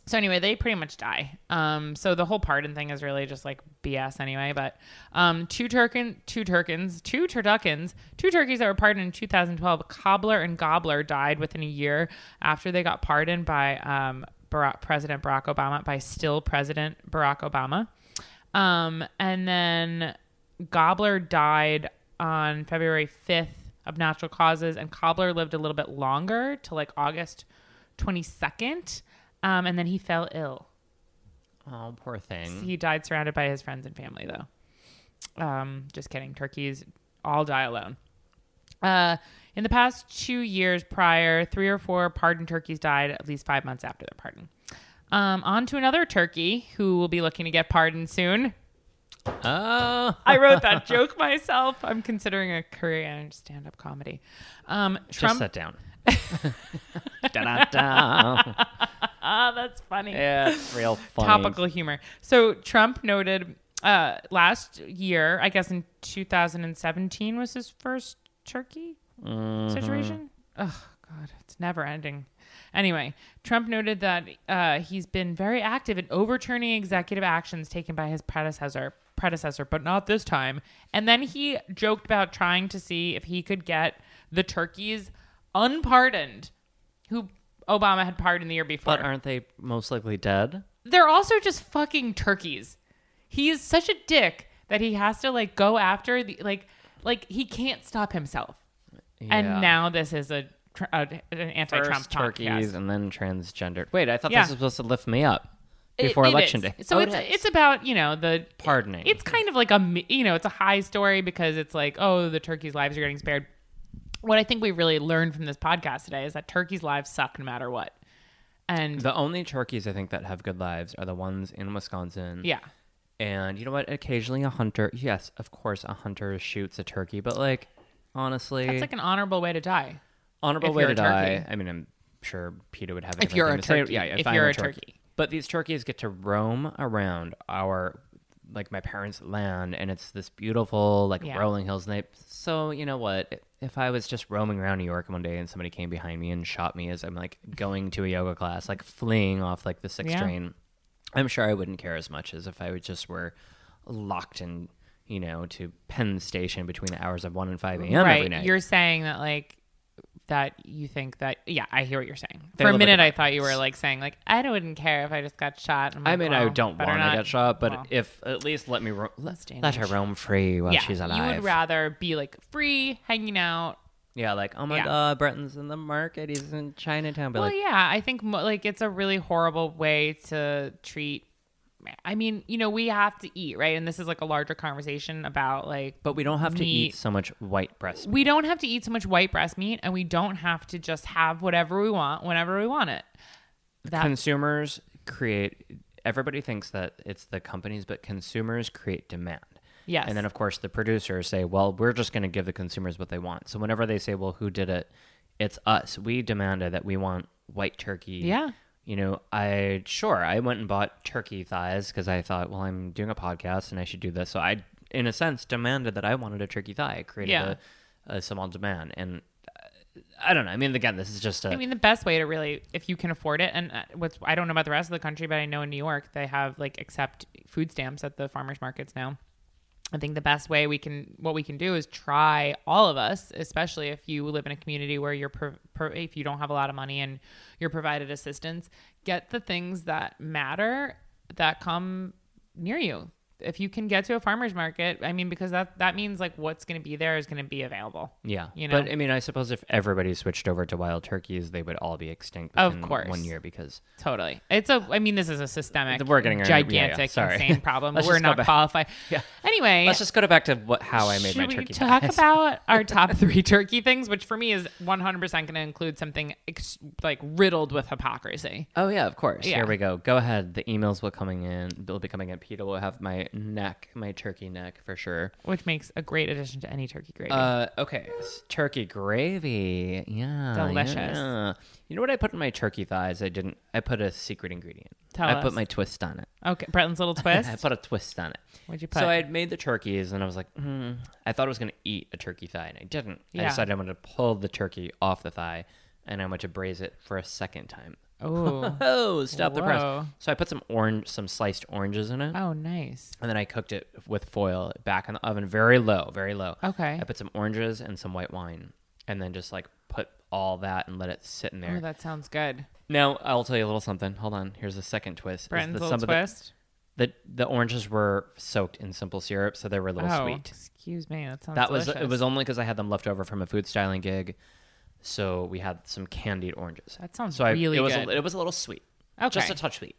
So anyway, they pretty much die. Um, so the whole pardon thing is really just like BS anyway. But um, two turkin, two turkins, two turduckins, two turkeys that were pardoned in 2012. Cobbler and Gobbler died within a year after they got pardoned by um, Barack, President Barack Obama, by still President Barack Obama. Um, and then Gobbler died on February 5th of natural causes, and Cobbler lived a little bit longer till like August 22nd. Um, and then he fell ill.
Oh, poor thing.
He died surrounded by his friends and family, though. Um, just kidding. Turkeys all die alone. Uh, in the past two years prior, three or four pardoned turkeys died at least five months after their pardon. Um, on to another turkey who will be looking to get pardoned soon.
Oh,
I wrote that joke myself. I'm considering a career in stand up comedy. Um,
just
Trump.
sit down. Da-da-da.
Ah, that's funny.
yeah, it's real funny.
Topical humor. So Trump noted uh, last year, I guess in 2017 was his first turkey
Mm-hmm.
situation. Oh, God, it's never ending. Anyway, Trump noted that uh, he's been very active in overturning executive actions taken by his predecessor, predecessor, but not this time. And then he joked about trying to see if he could get the turkeys unpardoned, who Obama had pardoned the year before
But aren't they most likely dead?
they're also just fucking turkeys. He is such a dick that he has to like go after the like like he can't stop himself.
Yeah.
And now this is a, tr- a an
First
anti-Trump
turkeys
podcast.
and then transgendered. Wait, I thought
Yeah.
this was supposed to lift me up
It-
before
it
election
is.
day.
So
Oh,
it's
it is.
it's about you know the
Pardoning.
It's kind of like a mi- you know it's a high story because it's like oh the turkeys' lives are getting spared. What I think we really learned from this podcast today is that turkeys' lives suck no matter what. And
the only turkeys I think that have good lives are the ones in Wisconsin.
yeah,
And you know what? Occasionally a hunter, yes, of course, a hunter shoots a turkey, but like, honestly,
it's like an honorable way to die.
honorable
if
way
you're
to
a turkey.
die. I mean, I'm sure Peter would have.
If you're
different
a
thing to
turkey.
say. yeah, if,
If
I'm
you're
a
a
turkey.
turkey.
But these turkeys get to roam around our, like my parents' land, and it's this beautiful, like
Yeah.
rolling hills. And they, so you know what? If I was just roaming around New York one day and somebody came behind me and shot me as I'm like going to a yoga class, like fleeing off like the sixth
Yeah.
train, I'm sure I wouldn't care as much as if I would just were locked in, you know, to Penn Station between the hours of one and five a.m. every night.
You're saying that like that you think that yeah, I hear what you're saying.
They
For a
live with
minute
the
I thought you were like saying like I wouldn't care if I just got shot. I'm
I
like,
mean, I
well,
don't
better
want to
not.
get shot, but
Well,
if at least let me ro- let,
stay in
let her
nature.
roam free while
yeah,
she's
you
alive.
would rather be like free, hanging out.
yeah, like oh my
Yeah.
god, Breton's in the market. He's in Chinatown, but
Well,
like
yeah, I think mo- like it's a really horrible way to treat. I mean, you know, we have to eat, right? And this is like a larger conversation about like
but we don't have to
meat.
eat so much white breast.
we don't have to eat so much white breast meat, and we don't have to just have whatever we want whenever we want it. That
consumers create everybody thinks that it's the companies but consumers create demand
Yes.
and then of course the producers say well we're just going to give the consumers what they want so whenever they say well who did it it's us we demanded that we want white turkey
Yeah.
you know i sure i went and bought turkey thighs because i thought well i'm doing a podcast and i should do this so i in a sense demanded that i wanted a turkey thigh i created
Yeah.
a, a some on demand and uh, i don't know i mean again this is just a
I mean, the best way to really, if you can afford it, and uh, what's I don't know about the rest of the country, but I know in New York they have like accept food stamps at the farmers markets now. I think the best way we can, what we can do is try all of us, especially if you live in a community where you're, pro- pro- if you don't have a lot of money and you're provided assistance, get the things that matter that come near you. If you can get to a farmer's market, I mean, because that, that means like what's going to be there is going to be available.
Yeah,
You
but
know?
I mean, I suppose if everybody switched over to wild turkeys, they would all be extinct.
Of
within
course.
one year because
Totally. It's a. I mean, this is a systemic,
We're getting- yeah, yeah,
gigantic,
sorry.
insane problem.
Let's
We're
just go
not
back.
qualified.
Yeah.
Anyway,
let's just go to back to what how I made
should
my
we
turkey.
talk
thighs.
about our top three turkey things, which for me is 100 percent going to include something ex- like riddled with hypocrisy.
Oh yeah, of course.
Yeah.
Here we go. Go ahead. The emails will coming in. They'll be coming in. Peter will have my my neck, my turkey neck for sure.
which makes a great addition to any turkey gravy.
Uh, okay, s- turkey gravy. Yeah,
Delicious.
yeah. You know what I put in my turkey thighs? I didn't. I put a secret ingredient.
Tell
I
us.
put my twist on it.
okay, Bretton's little
I
twist.
put a twist on it.
What'd you put?
So I had made the turkeys, and I was like, hmm. I thought I was going to eat a turkey thigh, and I didn't.
Yeah.
I decided I'm going to pull the turkey off the thigh, and I'm going to braise it for a second time.
oh,
Oh, stop the
Whoa.
press! So I put some orange, some sliced oranges in it,
oh, nice.
and then I cooked it with foil back in the oven, very low, very low.
Okay.
I put some oranges and some white wine, and then just like put all that and let it sit in there.
Oh, that sounds good.
now I'll tell you a little something. Hold on. Here's the second twist. is
Bretton's
that
little
some of
twist.
the, the the oranges were soaked in simple syrup, so they were a little
oh,
sweet.
excuse me. That sounds.
That was
delicious.
it. Was only because I had them left over from a food styling gig, so we had some candied oranges.
That sounds
so I,
really
it was
good.
A, it was a little sweet, just
Okay.
a touch sweet,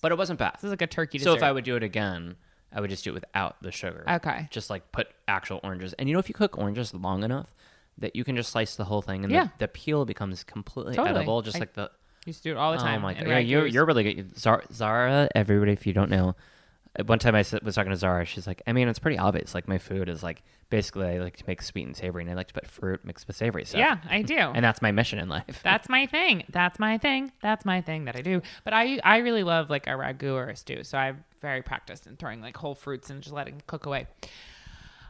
but it wasn't bad.
This is like a turkey dessert.
So if I would do it again, I would just do it without the sugar.
Okay.
Just like put actual oranges. And you know, if you cook oranges long enough, that you can just slice the whole thing, and
Yeah.
the, the peel becomes completely
Totally.
edible. Just
I-
like the
used to do Um, it all the
oh
time.
my
in
god, yeah, you're
Raghu's.
you're really good. Zara, Zara, everybody, if you don't know, uh, one time I s- was talking to Zara, she's like, I mean, it's pretty obvious. Like my food is like basically I like to make sweet and savory, and I like to put fruit mixed with savory stuff.
Yeah, I do.
and that's my mission in life.
That's my thing. That's my thing. That's my thing that I do. But I I really love like a ragu or a stew. So I'm very practiced in throwing like whole fruits and just letting it cook away.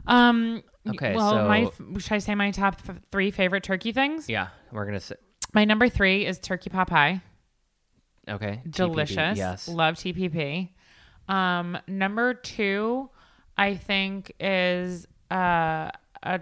Um.
Okay,
Well,
so-
my f- should I say my top f- three favorite turkey things?
yeah, we're gonna sit.
My number three is turkey pot pie.
Okay, TPB,
Delicious.
yes.
Love TPP. Um. Number two, I think is uh a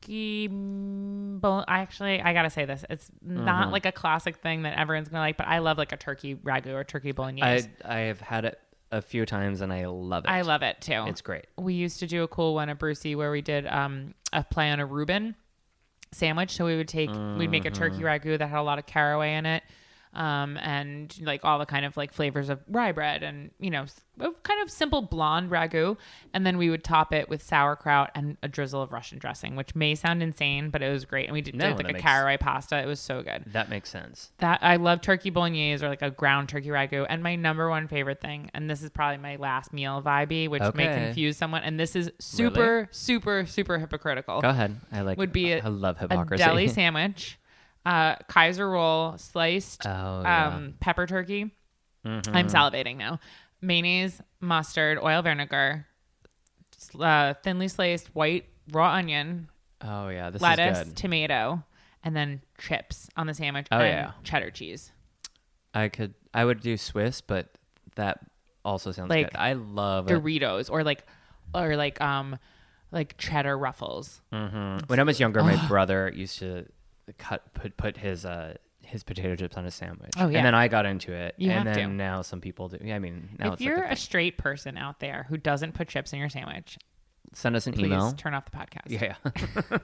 turkey. Bol- I actually, I gotta say this. It's not
Mm-hmm.
like a classic thing that everyone's gonna like, but I love like a turkey ragu or turkey bolognese.
I I have had it a few times, and I love it.
I, love it too.
It's great.
We used to do a cool one at Brucey where we did um a play on a Reuben sandwich. So we would take, we'd make a
Uh-huh.
turkey ragu that had a lot of caraway in it. Um, and like all the kind of like flavors of rye bread and, you know, s- a kind of simple blonde ragu. And then we would top it with sauerkraut and a drizzle of Russian dressing, which may sound insane, but it was great. And we did,
No,
did,
that
like a
makes-
caraway pasta. It was so good.
That makes sense.
That I love turkey bolognese or like a ground turkey ragu. And my number one favorite thing, and this is probably my last meal vibey, which may
Okay.
confuse someone. And this is super, super, super hypocritical.
Go ahead. I like.
Would be a,
I love
a
hypocrisy.
deli sandwich, uh, Kaiser roll, sliced
Oh, yeah. Mm-hmm.
um, pepper turkey. I'm salivating now. Mayonnaise, mustard, oil vinegar, s- uh, thinly sliced white raw onion,
oh yeah, this is
lettuce,
good.
tomato, and then chips on the sandwich.
Oh,
and
yeah.
cheddar cheese.
I could. I would do Swiss, but that also sounds
Like,
good. I love it.
Doritos or like or like um like cheddar ruffles.
When I was younger, my brother used to cut put put his uh his potato chips on a sandwich.
Oh, yeah.
And then I got into it.
You
and
have
then
to.
now some people do. Yeah, I mean, now
if
it's
you're
like a
a
thing.
straight person out there who doesn't put chips in your sandwich,
send us an
please
email.
turn off the podcast.
Yeah. Oh, yeah.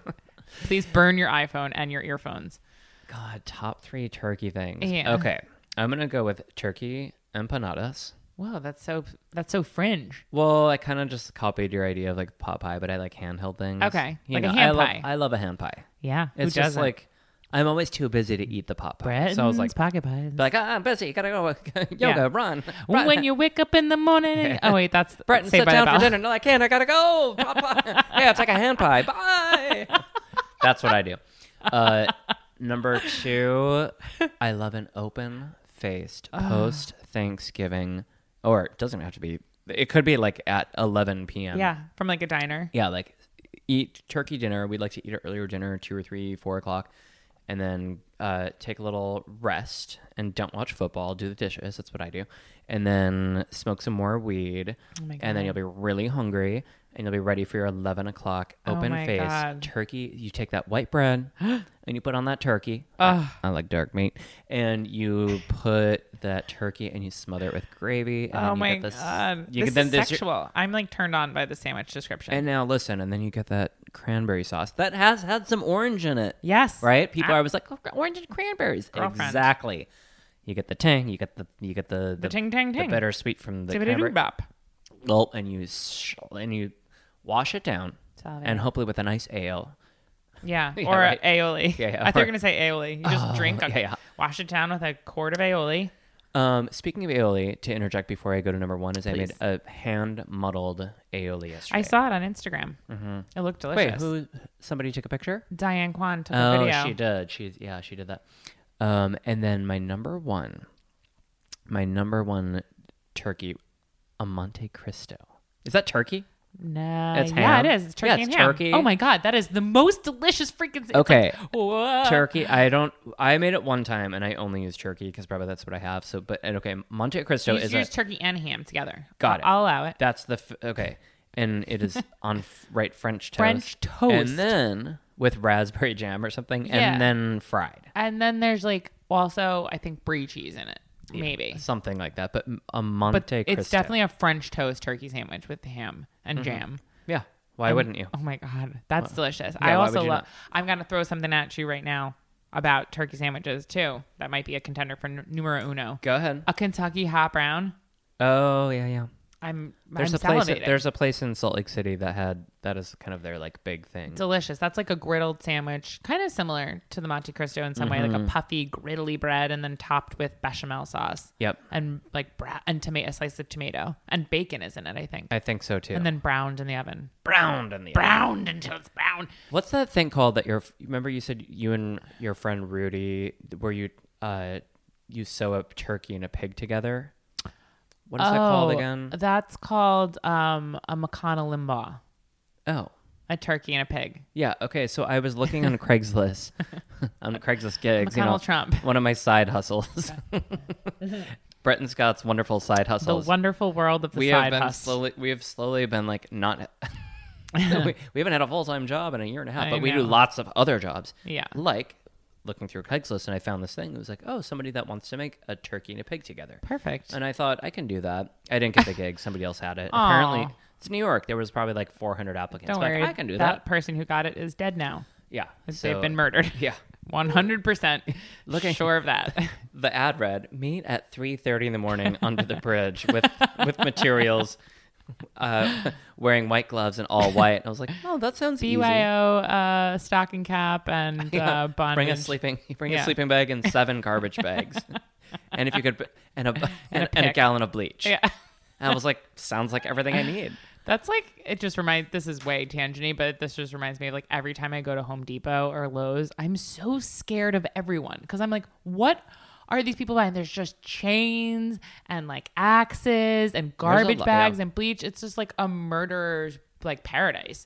Please burn your iPhone and your earphones.
God, top three turkey things.
Yeah.
Okay, I'm gonna go with turkey empanadas.
Wow, that's so that's so fringe.
Well, I kind of just copied your idea of like pot pie, but I like handheld things.
Okay,
You
like a
know,
hand
I love-
pie.
I love a hand pie.
Yeah,
It's just like I'm always too busy to eat the pot pie.
bread.
so I was like,
pocket pies.
like ah, I'm busy, gotta go yoga,
Yeah.
run. run.
when you wake up in the morning. and- oh wait, that's
Breton,
Saved
sit
by the
down for
Bell.
dinner. No, I can't. I gotta go. Pop, pop. yeah, it's like a hand pie. Bye. That's what I do. Uh, number two, I love an open faced post Thanksgiving, or it doesn't have to be. It could be like at 11 p.m.
Yeah, from like a diner.
Yeah, like eat turkey dinner. We'd like to eat an earlier dinner, two or three, four o'clock, and then uh, take a little rest and don't watch football. Do the dishes. That's what I do, and then smoke some more weed,
Oh my
and then you'll be really hungry and you'll be ready for your eleven o'clock
Oh
open
my
face
God.
turkey. You take that white bread and you put on that turkey. I, I like dark meat, and you put that turkey and you smother it with gravy. And then
Oh
you
my
get this,
god, this
You get then
is
there's your-
sexual. I'm like turned on by the sandwich description.
and now listen, and then you get that cranberry sauce that has had some orange in it.
yes,
Right? People
Ah,
are always like, oh, orange and cranberries.
Girlfriend.
Exactly. You get the tang, you get the you get the the,
ting, ting, ting.
the bittersweet from the
dibbity doo
cranberry.
bop.
Gulp, and you sh- and you wash it down,
Salivating.
and hopefully with a nice ale.
Yeah,
Yeah,
or
right.
aioli.
Yeah, yeah,
I thought you were
or- Oh,
gonna say aioli. You just drink, a,
yeah, yeah.
wash it down with a quart of aioli.
Um, speaking of aioli, to interject before I go to number one, is I made
Please.
a hand muddled aioli yesterday.
I saw it on Instagram. It looked delicious.
Mm-hmm. Wait, who? Somebody took a picture.
Diane Kwan took a
Oh,
video.
she did. She's yeah, she did that. Um, and then my number one, my number one turkey, a Monte Cristo. Is that turkey?
No,
It's
yeah,
ham.
it is. It's turkey
Yeah, it's
and ham.
turkey.
Oh my god, that is the most delicious freaking. it's
Okay.
like, whoa.
turkey. I don't. I made it one time, and I only use turkey because probably that's what I have. So, but and okay, Monte Cristo
You
is
just
a,
use turkey and ham together.
Got it.
I'll, I'll allow it.
That's the f- okay, and it is on f- right French toast.
French toast.
and then with raspberry jam or something,
Yeah.
and then fried,
And then there's like also I think brie cheese in it, maybe.
something like that. But m- a Monte
But
Cristo.
it's definitely a French toast turkey sandwich with ham
Mm-hmm.
and jam.
yeah. Why wouldn't you?
Oh my god, that's delicious.
why
I
would
also
you
love.
not?
I'm gonna throw something at you right now about turkey sandwiches too. That might be a contender for n- numero uno.
Go ahead.
A Kentucky hot brown.
Oh yeah, yeah.
I'm I'm
There's a place.
salivating.
There's a place in Salt Lake City that had that is kind of their like big thing.
delicious. That's like a griddled sandwich, kind of similar to the Monte Cristo in some way, like
Mm-hmm.
a puffy, griddly bread, and then topped with bechamel sauce.
Yep.
and like bra- and tomato, a slice of tomato, and bacon is in it, I think,
I think so too.
and then browned in the oven,
browned in the
browned until it's brown.
What's that thing called that your remember you said you and your friend Rudy where you uh you sew a turkey and a pig together? What is that called
Oh,
again?
That's called um, a Makana limbaugh,
Oh.
a turkey and a pig.
Yeah, okay. So I was looking on Craigslist on Craigslist gigs, you
McConnell
know,
Trump. Mm-hmm.
one of my side hustles. Brett and Scott's wonderful side
The
hustles.
wonderful world of the
we have
side
been
hustle.
slowly we have slowly been like not we, we haven't had a full-time job in a year and a half,
I
but we do
know.
lots of other jobs.
Yeah.
Like looking through Craigslist and I found this thing. It was like, "Oh, somebody that wants to make a turkey and a pig together."
Perfect.
And I thought, "I can do that." I didn't get the gig. Somebody else had it.
Aw.
Apparently, it's New York. There was probably like 400 applicants.
Don't
But
worry,
I can do that.
person who got it is dead now.
Yeah.
They've
So-
been murdered.
Yeah.
One hundred percent. Looking sure of that.
The ad read, "Meet at 3:30 in the morning under the bridge with with materials uh, wearing white gloves and all white." And I was like, "Oh, that sounds easy."
BYO uh, stocking cap and uh, bondage.
bring a sleeping bring a
Yeah.
sleeping bag and seven garbage bags and if you could and a and, and a,
pick.
gallon of bleach
Yeah,
and i was like sounds like everything i need
that's like it. Just reminds. This is way tangenty, but this just reminds me of like every time I go to Home Depot or Lowe's, I'm so scared of everyone because I'm like, what? Are these people buying? There's just chains and like axes and garbage
lot-
bags
yeah.
and bleach. It's just like a murderer's like paradise.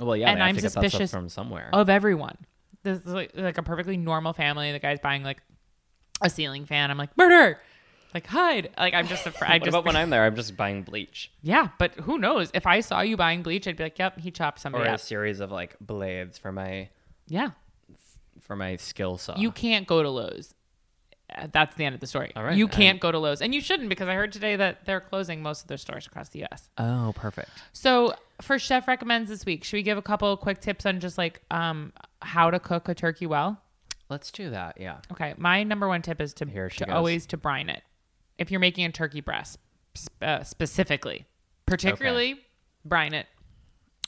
well yeah
And
they have
I'm
to get that
suspicious Oh,
stuff from somewhere
of everyone. This is like, like a perfectly normal family. The guy's buying like a ceiling fan. I'm like murder. Like hide. Like I'm just afraid. I
what
just
about when i'm there i'm just buying bleach
yeah. But who knows? If I saw you buying bleach, I'd be like, yep, he chopped
or
somebody
a
up.
series of like blades for my
Yeah.
for my skill saw
You can't go to Lowe's. Uh, That's the end of the story.
All right,
you
I-
can't go to Lowe's, and you shouldn't because I heard today that they're closing most of their stores across the U.S.
oh perfect
So for chef recommends this week, should we give a couple of quick tips on just like um how to cook a turkey well?
let's do that yeah
Okay, my number one tip is to,
Here she
to
goes.
always to brine it. If you're making a turkey breast, sp- uh, specifically, particularly brine it.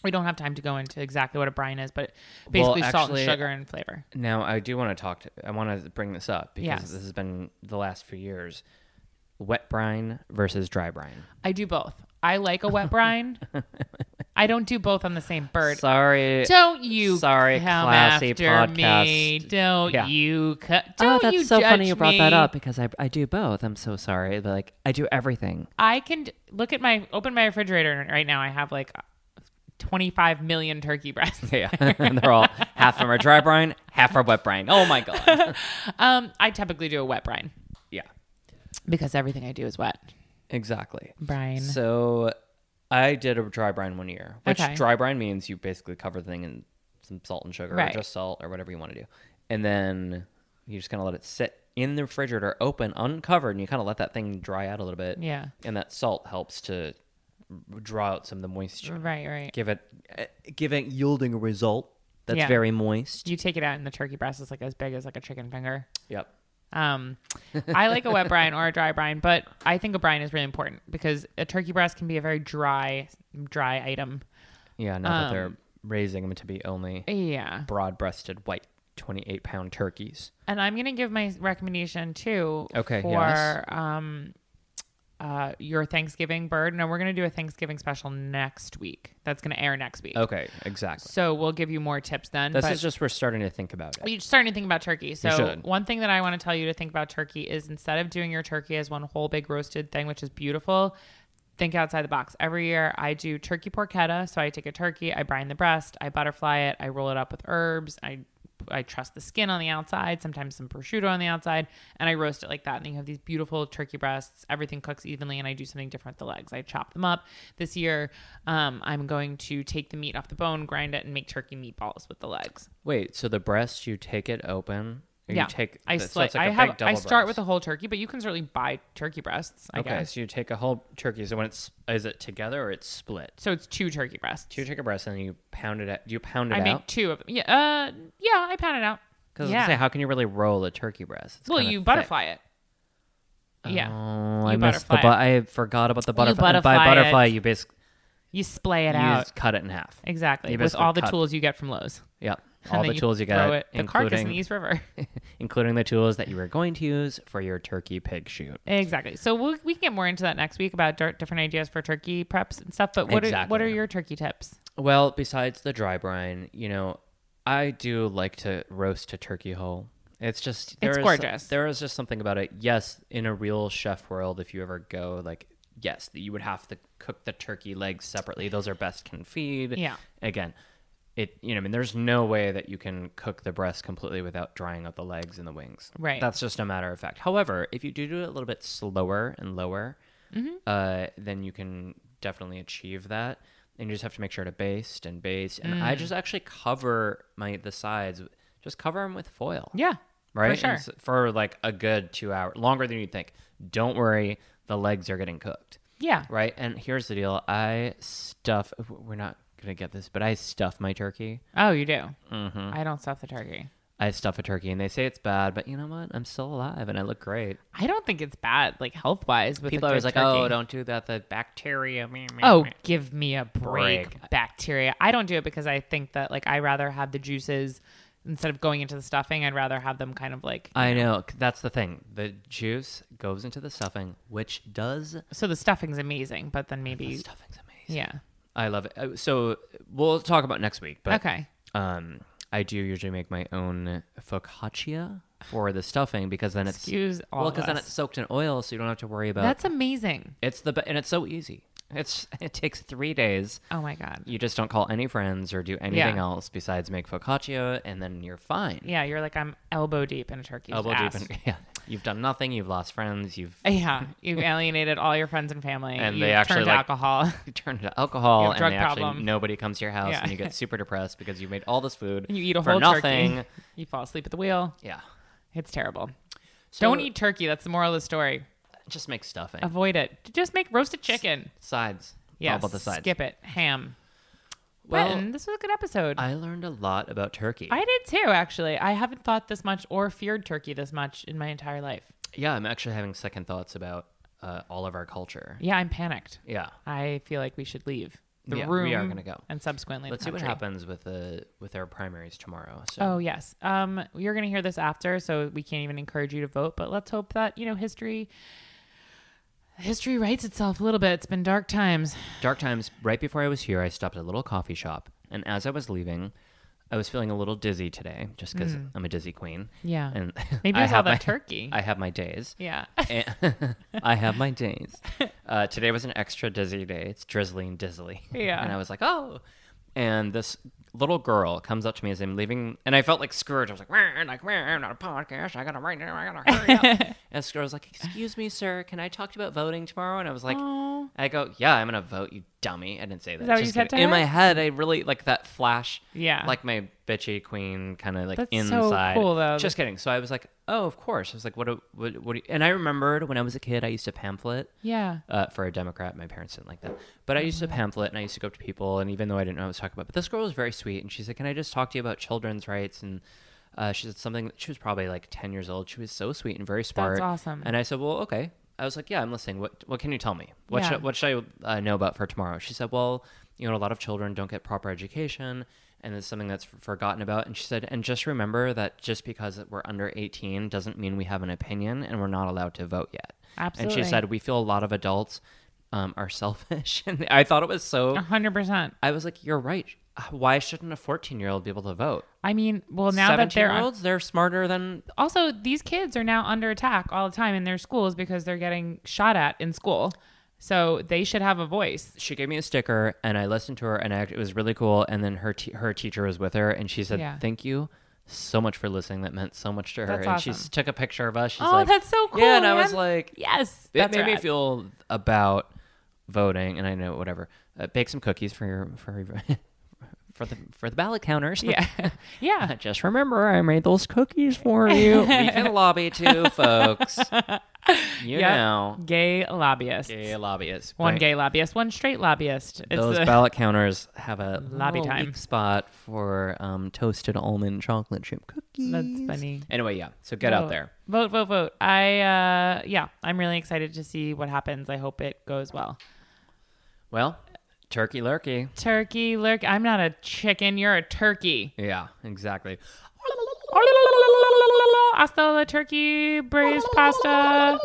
We don't have time to go into exactly what a brine is, but basically salt and
actually-
sugar and flavor.
Now I do want to talk to I want to bring this up because
Yes.
this has been the last few years. Wet brine versus dry brine.
I do both. I like a wet brine. I don't do both on the same bird.
Sorry.
don't you
sorry,
come
classy
after me?
podcast.
Don't
Yeah.
you? Co- don't
oh, that's
you
so funny
judge
you brought that
me.
up because I, I do both. I'm so sorry. But, Like I do everything.
I can d- look at my open my refrigerator right now. I have like 25 million turkey breasts.
Yeah, and they're all half of them are dry brine, half are wet brine. Oh my god.
Um, I typically do a wet brine
yeah,
because everything I do is wet.
exactly.
Brine.
So I did a dry brine one year, which
Okay.
dry brine means you basically cover the thing in some salt and sugar
Right.
or just salt or whatever you want to do. And then you just kind of let it sit in the refrigerator open, uncovered, and you kind of let that thing dry out a little bit.
Yeah.
And that salt helps to r- draw out some of the moisture.
Right, right.
Give it eh, give it yielding a result that's
Yeah.
very moist.
You take it out and the turkey breast is like as big as like a chicken finger.
Yep.
Um, I like a wet brine or a dry brine, but I think a brine is really important because a turkey breast can be a very dry, dry item. Um,
Yeah, now that they're raising them to be only
Yeah.
broad-breasted white 28 pound turkeys.
And I'm gonna give my recommendation too.
Okay,
For
yes.
um, uh, your Thanksgiving bird. No, we're gonna do a Thanksgiving special next week. That's gonna air next week.
Okay, exactly.
So we'll give you more tips then.
This
but
is just we're starting to think about it.
you're starting to think about turkey. So
should.
one thing that I want to tell you to think about turkey is instead of doing your turkey as one whole big roasted thing, which is beautiful, think outside the box. Every year I do turkey porchetta. So I take a turkey, I brine the breast, I butterfly it, I roll it up with herbs, I I truss the skin on the outside, sometimes some prosciutto on the outside, and I roast it like that. And then you have these beautiful turkey breasts. Everything cooks evenly, and I do something different with the legs. I chop them up. This year, um, I'm going to take the meat off the bone, grind it, and make turkey meatballs with the legs.
Wait, so the breast you take it open? Or
Yeah,
You take
I
so it's
slice.
like
I
a
have.
big
I
double
start
breast.
with a whole turkey, but you can certainly buy turkey breasts. I
Okay,
guess.
so you take a whole turkey. So when it's is it together or it's split?
So it's two turkey breasts.
So you take a breast and then you pound it. Out. Do you pound it
I make
out?
two of them. Yeah. Uh. Yeah. I pound it out.
Because
yeah.
say, how can you really roll a turkey breast? It's
well,
kinda
you
thick.
butterfly it. Yeah.
Oh,
You
I missed the.
butterfly
Bu- I forgot about the butterfly. and
butterfly
By
it.
butterfly, you basically
You splay it
you
out.
just cut it in half.
Exactly.
You
With
basically
all the
cut-
tools you get from Lowe's.
Yep.
And
All
then
the tools you
throw
got,
it, the carcass in the
including
East River.
including the tools that you were going to use for your turkey pig shoot.
exactly. So we'll, we can get more into that next week about dir- different ideas for turkey preps and stuff. But what are what
Exactly.
are your turkey tips?
Well, besides the dry brine, you know, I do like to roast a turkey whole. It's just there
It's
is-
gorgeous.
there is just something about it. Yes, in a real chef world, if you ever go, like, yes, you would have to cook the turkey legs separately. Those are best confit.
Yeah.
Again, it you know, I mean, there's no way that you can cook the breast completely without drying out the legs and the wings.
Right.
That's just a matter of fact. However, if you do do it a little bit slower and lower,
Mm-hmm.
uh, then you can definitely achieve that. And you just have to make sure to baste and baste. And
Mm.
I just actually cover my the sides, just cover them with foil.
Yeah.
Right.
For sure.
And s- for like a good two hours, longer than you would think. Don't worry, the legs are getting cooked.
yeah.
Right. And here's the deal: I stuff. We're not gonna get this, but I stuff my turkey.
Oh, you do.
Mm-hmm.
I don't stuff the turkey.
I stuff a turkey, and they say it's bad, but you know what? I'm still alive, and I look great.
I don't think it's bad, like health wise. With
People
a
are
good
always like,
turkey.
"Oh, don't do that. The bacteria." meh, meh,
Oh,
meh."
give me a break,
Break.
bacteria. I don't do it because I think that like I rather have the juices instead of going into the stuffing. I'd rather have them kind of like
I know. c- That's the thing. The juice goes into the stuffing, which does.
so the stuffing's amazing, but then maybe
Stuffing's amazing.
yeah.
I love it. Uh, So we'll talk about next week. But
Okay.
um, I do usually make my own focaccia for the stuffing because then it's
Excuse all
well
of
because then
us.
it's soaked in oil, so you don't have to worry about.
That's amazing.
it's the be- and it's so easy. It's it takes three days.
Oh my god.
You just don't call any friends or do anything
Yeah.
else besides make focaccia, and then you're fine.
Yeah, you're like I'm elbow deep in a turkey's
Elbow
ass.
deep in, yeah. You've done nothing. You've lost friends. You've
yeah, you've alienated all your friends and family,
And
you've
they actually,
turned to
like-
alcohol.
you turn to alcohol
You have
and
drug
they actually
problem.
nobody comes to your house
Yeah.
and you get super depressed because you made all this food
You eat a
for
whole
nothing.
turkey. You fall asleep at the wheel.
Yeah.
It's terrible.
So
Don't eat turkey. That's the moral of the story.
just make stuffing.
Avoid it. Just make roasted chicken.
sides.
Yeah,
All about the sides.
skip it. Ham.
Well,
Brenton, this was a good episode. I,
I learned a lot about turkey.
did too, actually. I haven't thought this much or feared turkey this much in my entire life.
yeah, I'm actually having second thoughts about uh, all of our culture.
Yeah, I'm panicked.
Yeah.
I feel like we should leave the
Yeah,
room.
we are gonna go.
and subsequently, the
Let's see what
country.
happens with the with our primaries tomorrow. So
Oh yes, um, you're gonna hear this after, so we can't even encourage you to vote. But let's hope that you know history. History writes itself a little bit. It's been dark times.
Dark times, right before I was here, I stopped at a little coffee shop. And as I was leaving, I was feeling a little dizzy today just because I'm a dizzy queen.
Mm. Yeah.
And
Maybe
I
it's all
have
that
my-
turkey.
I have my days.
Yeah.
And- I have my days. Uh, today was an extra dizzy day. It's drizzling, dizzily.
Yeah.
And I was like, oh. And this little girl comes up to me as I'm leaving, and I felt like Scourge. I was like, "Wah," like "Wah, I'm not a podcast. I gotta right now. I gotta hurry up. and Scourge was like, "Excuse me, sir. Can I talk to you about voting tomorrow?" And I was like,
Aw.
"I go, yeah, I'm gonna vote. You dummy. I didn't say that.
that what you
Just
said
kidding.
to
In
her?
my head, I really like that flash.
Yeah.
Like my bitchy queen kind of like
That's so
inside.
cool, though.
Just kidding. So I was like, oh, of course. I was like, what? do- What? what do you... And I remembered when I was a kid, I used to pamphlet
Yeah.
uh, for a Democrat. My parents didn't like that, but I used to pamphlet and I used to go up to people, and even though I didn't know what I was talking about, but this girl was very sweet, and she said, "Can I just talk to you about children's rights?" And uh, she said something. She was probably like ten years old. She was so sweet and very smart.
awesome.
And I said, "Well, okay." I was like, "Yeah, I'm listening. What What can you tell me? What
Yeah.
should What should I uh, know about for tomorrow?" She said, "Well, you know, a lot of children don't get proper education." and it's something that's f- forgotten about. And she said, and just remember that just because we're under 18 doesn't mean we have an opinion and we're not allowed to vote yet. And
Absolutely.
she said, we feel a lot of adults um, are selfish. and I thought it was so.
A hundred percent.
I was like, you're right. Why shouldn't a 14 year old be able to vote?
I mean, well, now that
17
they're
year
on,
olds, they're smarter than
also these kids are now under attack all the time in their schools because they're getting shot at in school. So they should have a voice.
she gave me a sticker and I listened to her and I, it was really cool. And then her te- her teacher was with her and she said,
Yeah.
"Thank you so much for listening. That meant so much to her."
That's
and she
awesome.
s- took a picture of us. She's
Oh,
like,
that's so cool.
Yeah, and I was
man.
like, it
yes, that's
made me
rad.
feel about voting. And I know whatever. Uh, bake some cookies for your for your- for the for the ballot counters.
Yeah, yeah.
Just remember, I made those cookies for you. we can lobby too, folks. You
Yep.
know,
Gay lobbyists.
gay lobbyists.
One
Bring-
gay lobbyist, one straight lobbyist. It's
Those
the-
ballot counters have a
Lobby
lobby
time.
time spot for um, toasted almond chocolate chip cookies.
that's funny.
Anyway, yeah. So get out
Vote.
there.
Vote, vote, vote. I uh yeah, I'm really excited to see what happens. I hope it goes well.
Well, turkey lurkey.
Turkey, lurk. I'm not a chicken, you're a turkey.
Yeah, exactly.
Hasta la turkey braised pasta.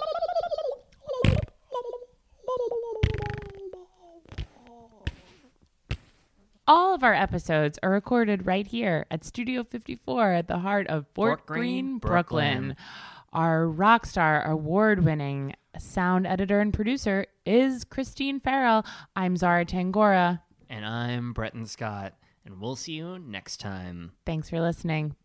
All of our episodes are recorded right here at Studio 54 at the heart of Fort,
Fort
Greene,
Greene,
Brooklyn.
Brooklyn.
Our rock star, award winning sound editor and producer is Christine Farrell. I'm Zara Tangora.
And I'm Breton Scott, and we'll see you next time.
Thanks for listening.